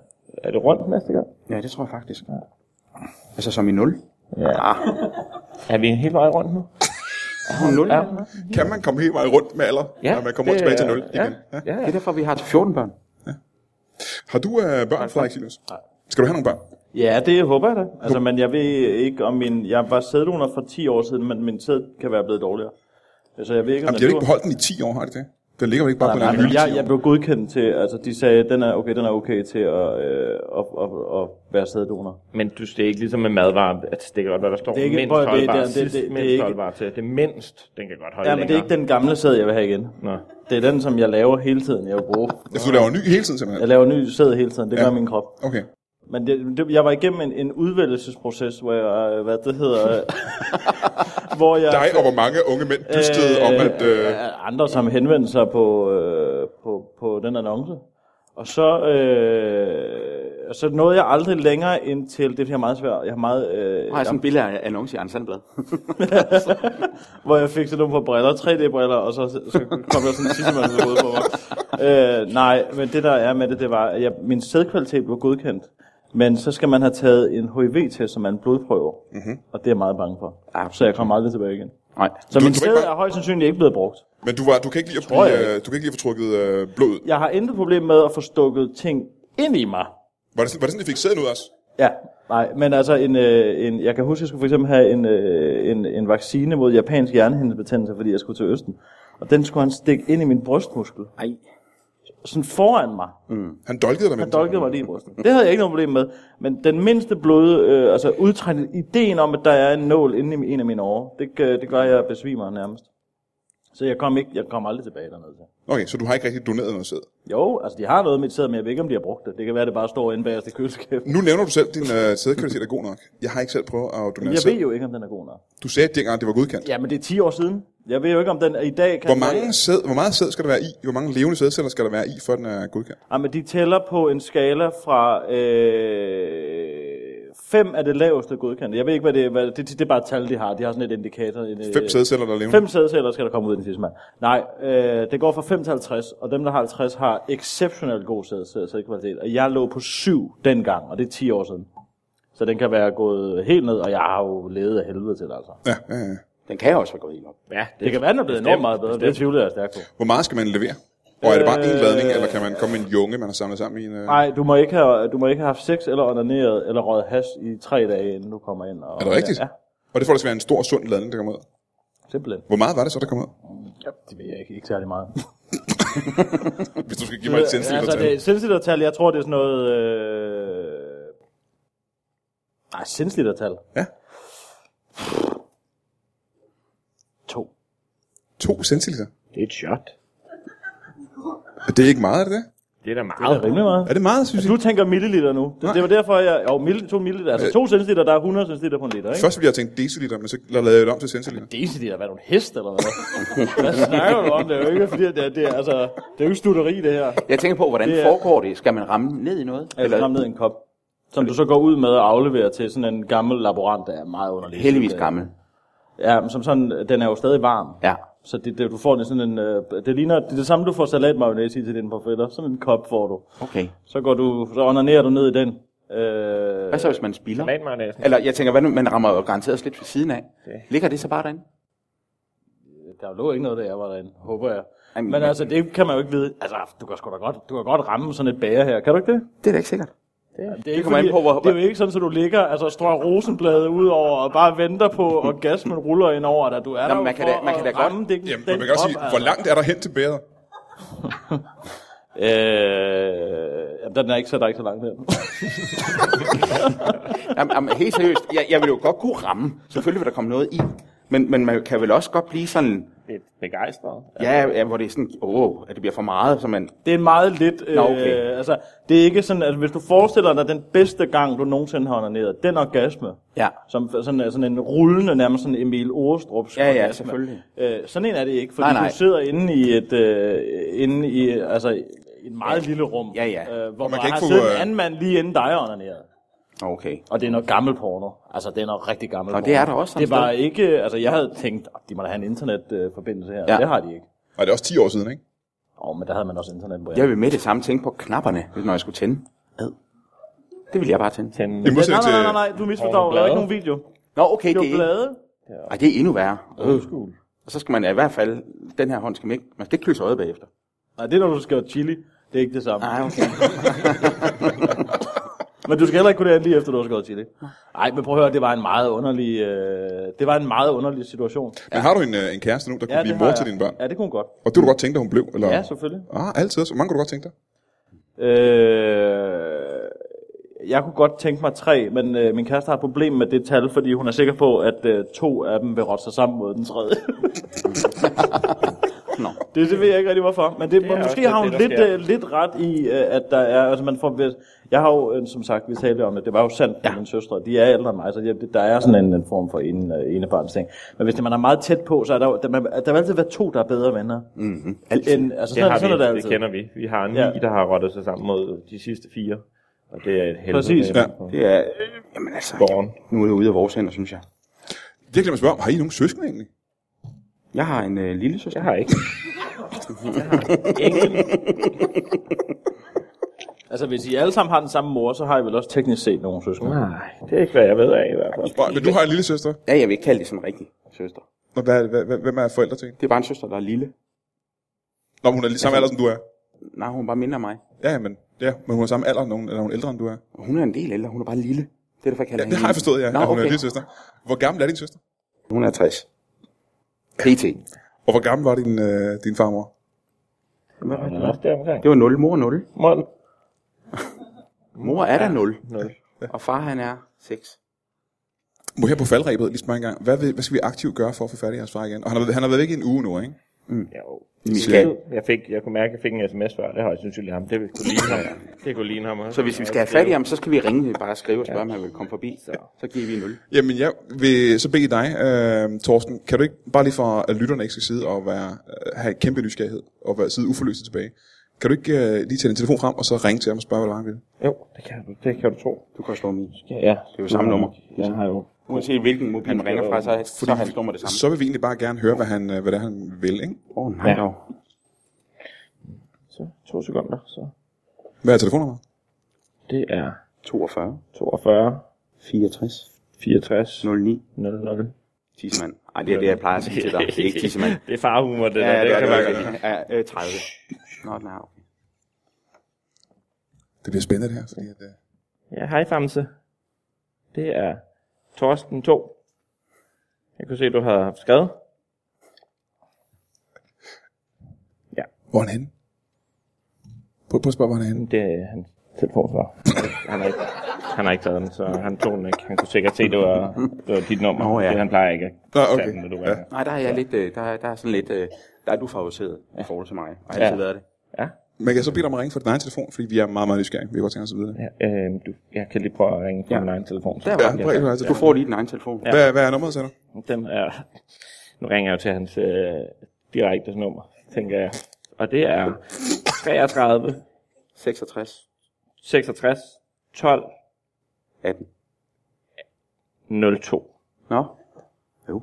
Er det rundt næste gang?
Ja, det tror jeg faktisk. Altså som i 0.
Er vi en hel vej rundt nu?
Er hun 0?
Ja.
Kan man komme hele vejen rundt med alder,
Ja,
når man kommer rundt
det
tilbage til
er-
0 igen?
ja.
Ja.
Ja,
Det
ja.
er derfor, vi har 14 børn.
Har du øh, børn, Frederik Silus? Skal du have nogle børn?
Ja, det håber jeg da. Altså, men jeg ved ikke om min... Jeg var sæddonor for 10 år siden, men min sæd kan være blevet dårligere. Altså, jeg ved ikke, om
Jamen, de
den
har
dur.
ikke beholdt den i 10 år, har de det? Den ligger jo ikke bare på
Nej,
den
men
hylde i 10
jeg,
år.
jeg blev godkendt til, altså de sagde, den er okay, den er okay til at, øh, at, at, at være sæddonor.
Men du, det er ikke ligesom med madvarer, at det kan godt være, der står
Det er ikke-
mindst
prøv at- det-
holdbar,
det- det-
sidst
det- det er
mindst
ikke-
holdbar til. Det er mindst, den kan godt holde
Ja, men det er
længere.
ikke den gamle sæd, jeg vil have igen.
Nå.
Det er den, som jeg laver hele tiden, jeg vil bruge.
Jeg synes, Altså, du laver en ny hele tiden,
Jeg
simpelthen.
laver ny sæd hele tiden, det gør min krop.
Okay.
Men det, det, jeg var igennem en, en udvælgelsesproces, hvor jeg, øh, hvad det hedder, øh, hvor jeg...
Dig og hvor mange unge mænd dystede om, at... Øh,
øh, Andre, som henvendte sig på, øh, på, på den annonce. Og så, øh, og så nåede jeg aldrig længere ind til, det bliver meget svært, jeg har meget, øh,
Jeg har sådan en billede af annonce i Anders Sandblad.
hvor jeg fik sådan nogle på briller, 3D-briller, og så, så kom der sådan en tissemand ud hovedet på mig. Øh, nej, men det der er med det, det var, at jeg, min sædkvalitet blev godkendt, men så skal man have taget en HIV-test, som er en blodprøve,
Mhm.
mm-hmm. og det er jeg meget bange for.
Ah.
Så jeg kommer aldrig tilbage igen.
Nej.
Så
Du- du kan
min sæd
ikke bare-
er højst sandsynligt ikke blevet brugt.
men du, var, du, kan ikke lige at
Tror jeg
blive, øh, du kan ikke lige at få trukket øh, blod ud.
Jeg har intet problem med at få stukket ting ind i mig.
Var det, sådan- var det sådan, de fik sæden ud også?
Ja, nej, men altså, en, øh, en, jeg kan huske, jeg skulle for eksempel have en, øh, en, en vaccine mod japansk hjernehindebetændelse, fordi jeg skulle til Østen. Og den skulle han stikke ind i min brystmuskel.
Nej.
Sådan foran mig.
Han dolkede dig med
Han
den.
dolkede mig lige i brystet. Det havde jeg ikke noget problem med. Men den mindste blod, øh, altså udtrækket, ideen om, at der er en nål inde i en af mine årer, det, gør- det gør, at jeg besvimer nærmest. Så jeg kom, ikke, jeg kom aldrig tilbage dernede. Til.
Okay, så du har ikke rigtig doneret noget sæd.
Jo, altså de har noget med sæd, men jeg ved ikke, om de har brugt det. Det kan være, det bare står inde bagerst i køleskabet.
Nu nævner du selv, at din øh, sædkvalitet er god nok. Jeg har ikke selv prøvet at donere
Jeg
sæd.
ved jo ikke, om den er god nok.
Du sagde dengang, at det var godkendt.
Ja, men det er 10 år siden. Jeg ved jo ikke, om den i dag kan...
Hvor, mange sæd, hvor meget sæd skal der være i? Hvor mange levende sædceller skal der være i, før den er godkendt?
Ja, men de tæller på en skala fra... Øh, 5 er det laveste godkendte. Jeg ved ikke, hvad det er. Hvad, det, det, er bare et tal, de har. De har sådan et indikator. En, øh,
Fem sædceller, der er levende.
Fem sædceller skal der komme ud i den sidste mand. Nej, øh, det går fra 5 til 50, og dem, der har 50, har exceptionelt god sæd- sædkvalitet. Og jeg lå på 7 dengang, og det er 10 år siden. Så den kan være gået helt ned, og jeg har jo levet af helvede til, altså.
Ja, ja, ja.
Den kan også være gået helt op.
Ja, det,
Det kan være, den er blevet enormt meget bedre. Det tvivler jeg stærkt på.
Hvor meget skal man levere? Og er det bare en ladning, eller kan man komme med en junge, man har samlet sammen i en... Øh...
Øh. Nej, du må ikke have, du må ikke have haft sex eller onaneret eller røget has i tre dage, inden du kommer ind. Og,
Er det rigtigt?
Ja,
Og det får altså være en stor, sund ladning, der kommer ud.
simpelthen.
Hvor meget var det så, der kom ud?
Ja, det ved jeg ikke, ikke særlig meget.
Hvis du skal give mig et sindssygt
altså,
tal.
det sindslitertal, jeg tror, det er sådan noget... Øh... Nej, sindslitertal.
Ja.
To.
To centiliter.
det er et shot.
Det er ikke meget, er det det?
Det er da
Det er
meget.
rimelig meget.
Er det meget, synes jeg?
Du tænker milliliter nu. Det, det var derfor, jeg... Jo, milli, to milliliter. Altså to centiliter, der er 100 centiliter på en liter, ikke?
Øh. Først ville jeg tænke deciliter, men så lavede jeg det om til centiliter.
Deciliter, hvad er du, en hest eller hvad? hvad snakker du om? Det er jo ikke, fordi det er, det er, altså, det er jo ikke studeri, det her.
Jeg tænker på, hvordan
Det er-
foregår det? Skal man ramme ned i noget?
Eller ramme Altså, ned i en kop. Som du så går ud med og afleverer til sådan en gammel laborant, der er meget underlig.
heldigvis gammel.
Ja, men som sådan, den er jo stadig varm.
Ja.
Så det, det, du får den i sådan en, øh, det ligner, det er det samme, du får salatmayonnaise i til dine parfetter. Sådan en kop får du.
Okay.
Så går du, så onanerer du ned i den. Øh,
Hvad så, hvis man spilder?
Tomatmajonæsen.
Eller jeg tænker, hvad nu? Man rammer jo garanteret slet ved siden af. Ligger det så bare derinde?
der lå ikke noget, der jeg var derinde, håber jeg.
Jamen,
men
men-
altså, det kan man jo ikke vide. Altså, du kan sgu da godt, du kan godt ramme sådan et bager her, kan du ikke det?
Det er da ikke sikkert.
Det, er ikke,
kommer an
fordi,
på, hvor-
det er jo ikke sådan, at du ligger altså strøger rosenbladet ud over og bare venter på, at orgasmen ruller ind over dig. Du er der
men
jo
man kan
for
da- man kan da
at
godt-
ramme Det,
Jamen, man
den
kan også
krop,
sige,
altså.
hvor langt er der hen til bæret?
Øh, jamen, den er ikke så, der er ikke så langt her.
Jamen, jamen, helt seriøst, jeg, jeg vil jo godt kunne ramme. Selvfølgelig vil der komme noget i. Men, men man kan vel også godt blive sådan,
Lidt begejstret. Altså,
ja, ja hvor det er sådan, åh, oh, at det bliver for meget, så man,
Det er en meget lidt... Øh,
Nå, okay.
altså, det er ikke sådan, at hvis du forestiller dig den bedste gang, du nogensinde har onaneret, den orgasme,
ja,
som sådan, er sådan en rullende, nærmest sådan Emil Orestrup.
Ja, ja, selvfølgelig.
Øh, sådan en er det ikke, fordi
Nej, nej.
du sidder inde i et, øh, inde i, altså, i et meget ja. lille rum,
Ja, ja.
Øh, hvor
Og man
man
kan
kan har
ikke få,
siddet en
øh,
anden mand lige inden dig og onaneret.
okay.
Og det er noget gammel porno. Altså, det er noget rigtig gammel
Nå,
porno.
det er der også
Det
sådan
var
sted.
ikke... Altså, jeg havde tænkt, at de må da have en internetforbindelse her. Ja.
Ja.
Det har de ikke.
Og det er også 10 år siden, ikke?
Åh, oh, men der havde man også internet på. Ja.
Jeg vil med det samme tænke på knapperne, når jeg skulle tænde. Ad. Det vil jeg bare tænde.
I
Tænd.
Nej,
modsætning til...
nej, nej, nej, du misforstår.
Pornoblade.
Der er ikke nogen video.
Nå, okay, det
Det var
er, ikke,
blade.
ej, det er endnu værre. Øh.
School.
Og så skal man i hvert fald, den her hånd skal man ikke, man skal ikke kysse øjet bagefter.
Nej, det er, når du skal chili. Det er ikke det samme.
Nej, okay.
Men du skal heller ikke kunne det andet lige efter, du har skrevet til det. Nej, men prøv at høre, det var en meget underlig, øh, det var en meget underlig situation.
Men har du en, øh, en kæreste nu, der kunne blive
har
mor
jeg.
til dine børn?
Ja, det kunne hun godt.
Og det kunne du godt tænke dig, hun blev? Eller?
Ja, selvfølgelig.
Ah, altid. Så mange kunne du godt tænke dig?
Øh, jeg kunne godt tænke mig tre, men øh, min kæreste har et problem med det tal, fordi hun er sikker på, at øh, to af dem vil rotte sig sammen mod den tredje.
Nå.
Det, det ved jeg ikke rigtig hvorfor, men det, det
er også
måske
lidt
har hun
det, der
lidt,
sker.
øh, lidt ret i, øh, at der er, altså man får, jeg har jo, øh, som sagt, vi talte om det, det var jo sandt for ja. mine søstre, de er ældre end mig, så det, der er sådan en, en form for en, øh, enebarns ting. Men hvis det, man er meget tæt på, så er der, jo- der, man, der vil altid være to, der er bedre venner. Mm-hmm. End, altså,
Mhm. Det
sådan,
har
sådan er
vi,
det
det,
altid.
kender vi. Vi har ni,
Ja.
der har rottet sig sammen mod de sidste fire. Og det er et helvede.
Præcis.
Det er
Ja.
på
Det er, øh, jamen altså,
Gården.
nu er det ude af vores hænder, synes jeg.
Det kan man spørge om. Har I nogen søskende egentlig?
Jeg har en øh, lille søster.
Jeg har ikke.
Altså, hvis I alle sammen har den samme mor, så har I vel også teknisk set nogle søskende.
Nej, det er ikke, hvad jeg ved af i hvert fald.
Spørg, men du har en lille søster.
Ja, jeg vil ikke kalde det sådan rigtig søster.
Nå, hvad, hvad, hvad, hvem er forældre til hende?
Det er bare en søster, der er lille.
Nå, hun er lige samme alder, som du er.
Nej, hun er bare mindre end mig.
Ja, men, ja, men hun er samme alder, når hun, eller hun er ældre, end du er.
Hun er en del ældre, hun er bare lille. Det er derfor, jeg
Ja,
kalder
det
hende
har jeg
lille.
forstået, ja.
Nå,
at hun er
okay.
din søster. Hvor gammel er din søster?
Hun er 60. PT.
Og hvor gammel var din, øh, din farmor?
Det er også deromkring.
Det var 0. Mor er 0.
Mål.
Mor er der 0.
Nul.
Og far han er 6.
Må her på faldrebet lige spørge en gang. Hvad, vil, hvad skal vi aktivt gøre for at få fat i jeres far igen? Og han har, været- han har været væk i en uge nu, ikke?
Jo.
Vi skal.
Jeg, fik, jeg kunne mærke, at jeg fik en sms før. Det har jeg sandsynligt ham. Det kunne ligne ham. Det kunne ligne ham også.
Så hvis vi skal have fat i ham, så skal vi ringe bare skrive og spørge, om han vil komme forbi. Så giver vi 0.
Jamen, jeg vil så bede dig, øh, Torsten, kan du ikke, bare lige for at lytterne ikke skal sidde og være, øh, have kæmpe nysgerrighed og være sidde uforløst tilbage, kan du ikke øh, lige tage din telefon frem og så ringe til ham og spørge, hvad det var, han ville?
Jo, det kan du, det kan du tro.
Du kan slå min.
Ja, ja.
Det er jo samme nummer.
Jeg har jo.
Uanset hvilken mobil man ringer fra, så er, så er hans nummer det samme.
Så vil vi egentlig bare gerne høre, hvad, han, øh, hvad det er, han vil, ikke?
Åh oh, nej
Ja.
dog.
Så to sekunder. Så.
Hvad er telefonnummeret?
Det er
42.
42
64.
64
09.
00.
Tissemand. Ej, det er det, jeg plejer at sige til dig. Det er ikke tissemand.
det er farhumor, det
Ja,
der.
det
Det
er
kan
det,
man
det
ikke.
er- ja, øh, 30. Nå, nej, okay.
Det bliver spændende det her, fordi at, øh,
Ja, hej Famse. Det er Torsten 2. Jeg kunne se, du havde haft skrevet.
hvor er han henne? Prøv, prøv at spørge, hvor han er henne.
Det er hans telefon så. Han har, ikke, han har ikke taget den, så han tog den ikke. Han kunne sikkert se, det var, det var dit nummer.
Nå, ja.
Det han plejer ikke at
Nå,
tage
okay.
den, når du
Ja.
ringer.
Nej, der er jeg lidt, øh, der, er- der er sådan lidt, øh, der er du favoriseret i forhold til mig. Og altid
Ja.
været det.
Men kan jeg så bede dig om at ringe fra din egen telefon, fordi vi er meget, meget nysgerrige. Vi vil godt tænke os at vide det.
Ja, øh, du, jeg kan lige prøve at ringe fra
Ja.
min egen telefon. Så.
Der
Ja,
var
prøv at
den.
ringe
Ja,
til
du får lige din egen telefon. Ja.
Hvad, hvad er nummeret, sagde du?
Den er, nu ringer jeg jo til hans øh, direkte nummer, tænker jeg. Og det er 33
66.
66 12
18.
02.
Nå. Jo.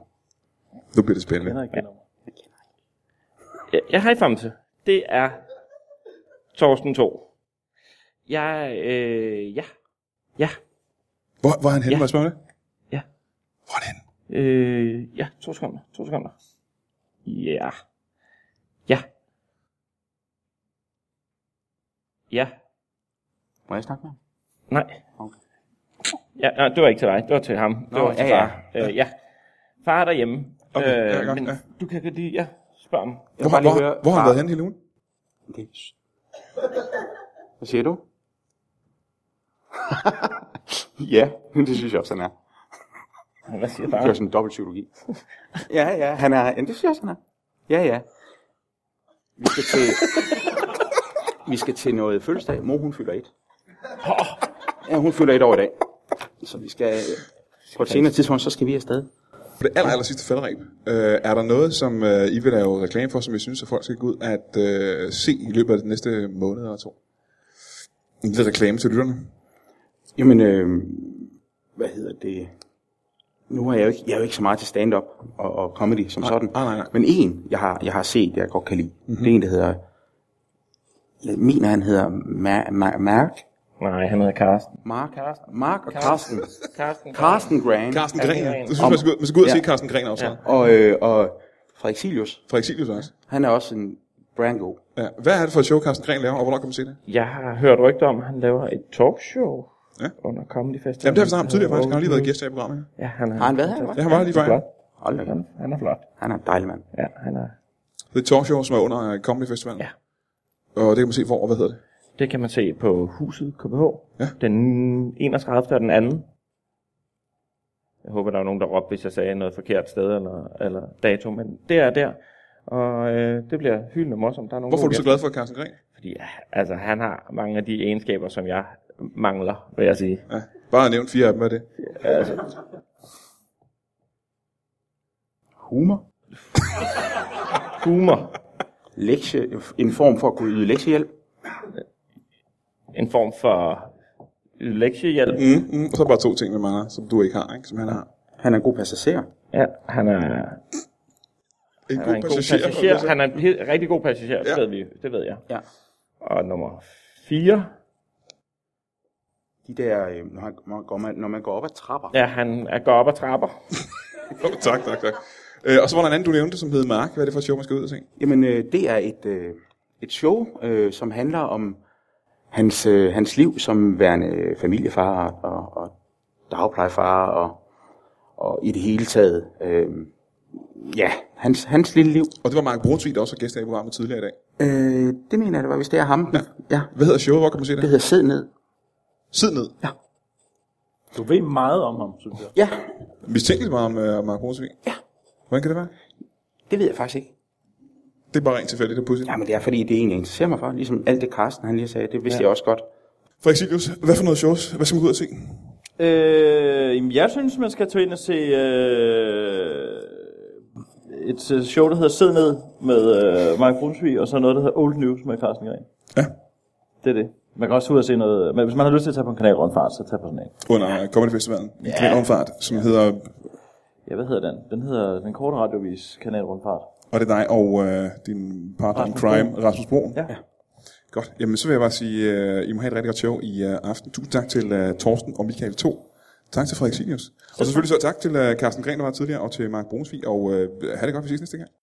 Nu bliver det spændende.
Kender ikke det nummer.
Ja, ja hej Famse. Det er Torsten 2. Jeg, øh, ja, ja,
Hvor, hvor er han henne?
Ja.
Må jeg spørge om det?
Ja.
Hvor er han henne?
Øh, ja, to sekunder, to sekunder. Ja. Ja. Ja.
Må jeg snakke med ham?
Nej.
Okay.
Ja, nej, det var ikke til dig, det var til ham. det
Nå,
var til
ja, ja.
far. Ja. Øh, ja. Far er derhjemme. Øh,
Okay, ja, godt,
men
ja.
du kan godt lige, ja, spørg ham.
Jeg
Hvor,
vil bare lige
hvor,
høre-
hvor har han
far-
været henne hele ugen?
Okay. shh. Hvad siger du? ja, det synes jeg også, han er.
Hvad siger
Det er
far?
sådan en dobbelt psykologi. ja, ja, han er. Ja, det synes jeg også, han er. Ja, ja. Vi skal til, vi skal til noget fødselsdag. Mor, hun fylder et. Ja, hun fylder et år i dag. Så vi skal... På et senere tidspunkt, så skal vi afsted.
På det aller, aller sidste faldreb, øh, er der noget, som øh, I vil lave reklame for, som I synes, at folk skal gå ud at øh, se i løbet af den næste måned eller to? En lille reklame til lytterne.
Jamen, øh, hvad hedder det? Nu er jeg jo ikke, jeg er jo ikke så meget til stand-up og, og comedy som sådan.
nej, nej, nej.
Men en, jeg har, jeg har set, jeg godt kan lide, mm-hmm. det er en, der hedder... Jeg mener, han hedder Mar- Mar- Mark.
Nej, han hedder Karsten.
Mark, Mark og Carsten.
Carsten. Carsten.
Carsten Grant.
Carsten
Ja,
Gren,
det er
ja.
en.
Du synes, man skal, gå ud- man skal gå ud og se
Ja.
Carsten Gren også. Ja.
Og, øh, og Frexilius.
Fra Exilius også.
Han er også en brango.
Ja. Hvad er det for et show, Carsten Gren laver, og hvornår kan man se det?
Jeg har hørt rygter om, at han laver et talkshow.
Ja.
under Comedy Festival.
Jamen, det har vi snakket om tidligere, faktisk. Han har lige været
gæst.
gæst her i programmet.
Ja, han er,
Har han været her, eller
Ja,
hvad?
han var her lige før.
flot.
Hold da.
Han, han er flot.
Han er en dejlig mand.
Ja, han er,
Det er et talkshow, som er under øh, Comedy Festival.
Ja.
Og det kan man se hvor, hvad hedder det?
det kan man se på huset KBH.
Ja.
Den 31. og den 2. Jeg håber, der er nogen, der råbte, hvis jeg sagde noget forkert sted eller, eller dato, men det er der. Og øh, det bliver hyldende morsomt. Der er nogen
Hvorfor er
gode
du så glad for Carsten Gren?
Fordi ja, altså, han har mange af de egenskaber, som jeg mangler, vil jeg sige.
Ja. Bare at nævne fire af dem af det.
Humor.
Humor.
Lektie, en form for at kunne yde lektiehjælp.
En form for lektiehjælp.
Mm, mm. Og så bare to ting med mig, som du ikke har, ikke? som han har.
Han er en god passager.
Ja, han er,
En
han er
god
en god
passager. altså.
passager. Han er en he- rigtig god passager, ja. det,
Ja.
ved vi, det ved jeg.
Ja.
Og nummer 4.
De der, øh, når, han, når, går man, når man går op ad trapper.
Ja, han er går op ad trapper.
Oh, tak, tak, tak. Øh, og så var der en anden, du nævnte, som hed Mark. Hvad er det for et show, man skal ud og se?
Jamen, øh, det er et, øh, et show, øh, som handler om hans, øh, hans liv som værende øh, familiefar og, og dagplejefar og, og i det hele taget. Øh, ja, hans, hans lille liv.
Og det var Mark Brunsvig, der også var gæst her i programmet tidligere i dag.
Øh, det mener jeg, det var, hvis det er ham. Ja. ja.
Hvad hedder showet? Hvor kan man se det?
Det hedder Sid ned.
Sid ned.
Du ved meget om ham, synes jeg.
Ja,
Mistænkeligt meget om øh, Mark Brunsvig.
Ja.
Hvordan kan det være?
det ved jeg faktisk ikke.
Det er bare rent tilfældigt og pudsigt. Ja.
Jamen, det er fordi, det er en, jeg interesserer mig for. Ligesom alt det Carsten, han lige sagde, det vidste ja. jeg også godt.
For Exilius, hvad for noget shows? Hvad skal man gå ud og se?
Øh, jamen, jeg synes, man skal tage ind og se øh, et øh, show, der hedder Sid ned med øh, Mike Brunsvig, og så noget, der hedder Old News med Carsten Gren.
Ja.
Det er det. Man kan også tage ud og se noget, men hvis man har lyst til at tage på en kanalrundfart, så tag på sådan en.
Under ja. Comedy Festivalen. Ja. Kanalomfart, som hedder...
Ja, hvad hedder den? Den hedder Den Korte Radiovis Kanalrundfart.
Og det er dig og øh, din partner in
Rasmus
crime, Rasmus Bro.
Ja.
Godt. Jamen, så vil jeg bare sige, øh, I må have et rigtig godt show i øh, aften. Tusind tak til øh, Torsten og Michael 2. Tak til Frederik Silius. Og selvfølgelig så tak til øh, Carsten Gren, der var tidligere, og til Mark Brunsvig. Og øh, have det godt, vi ses næste gang.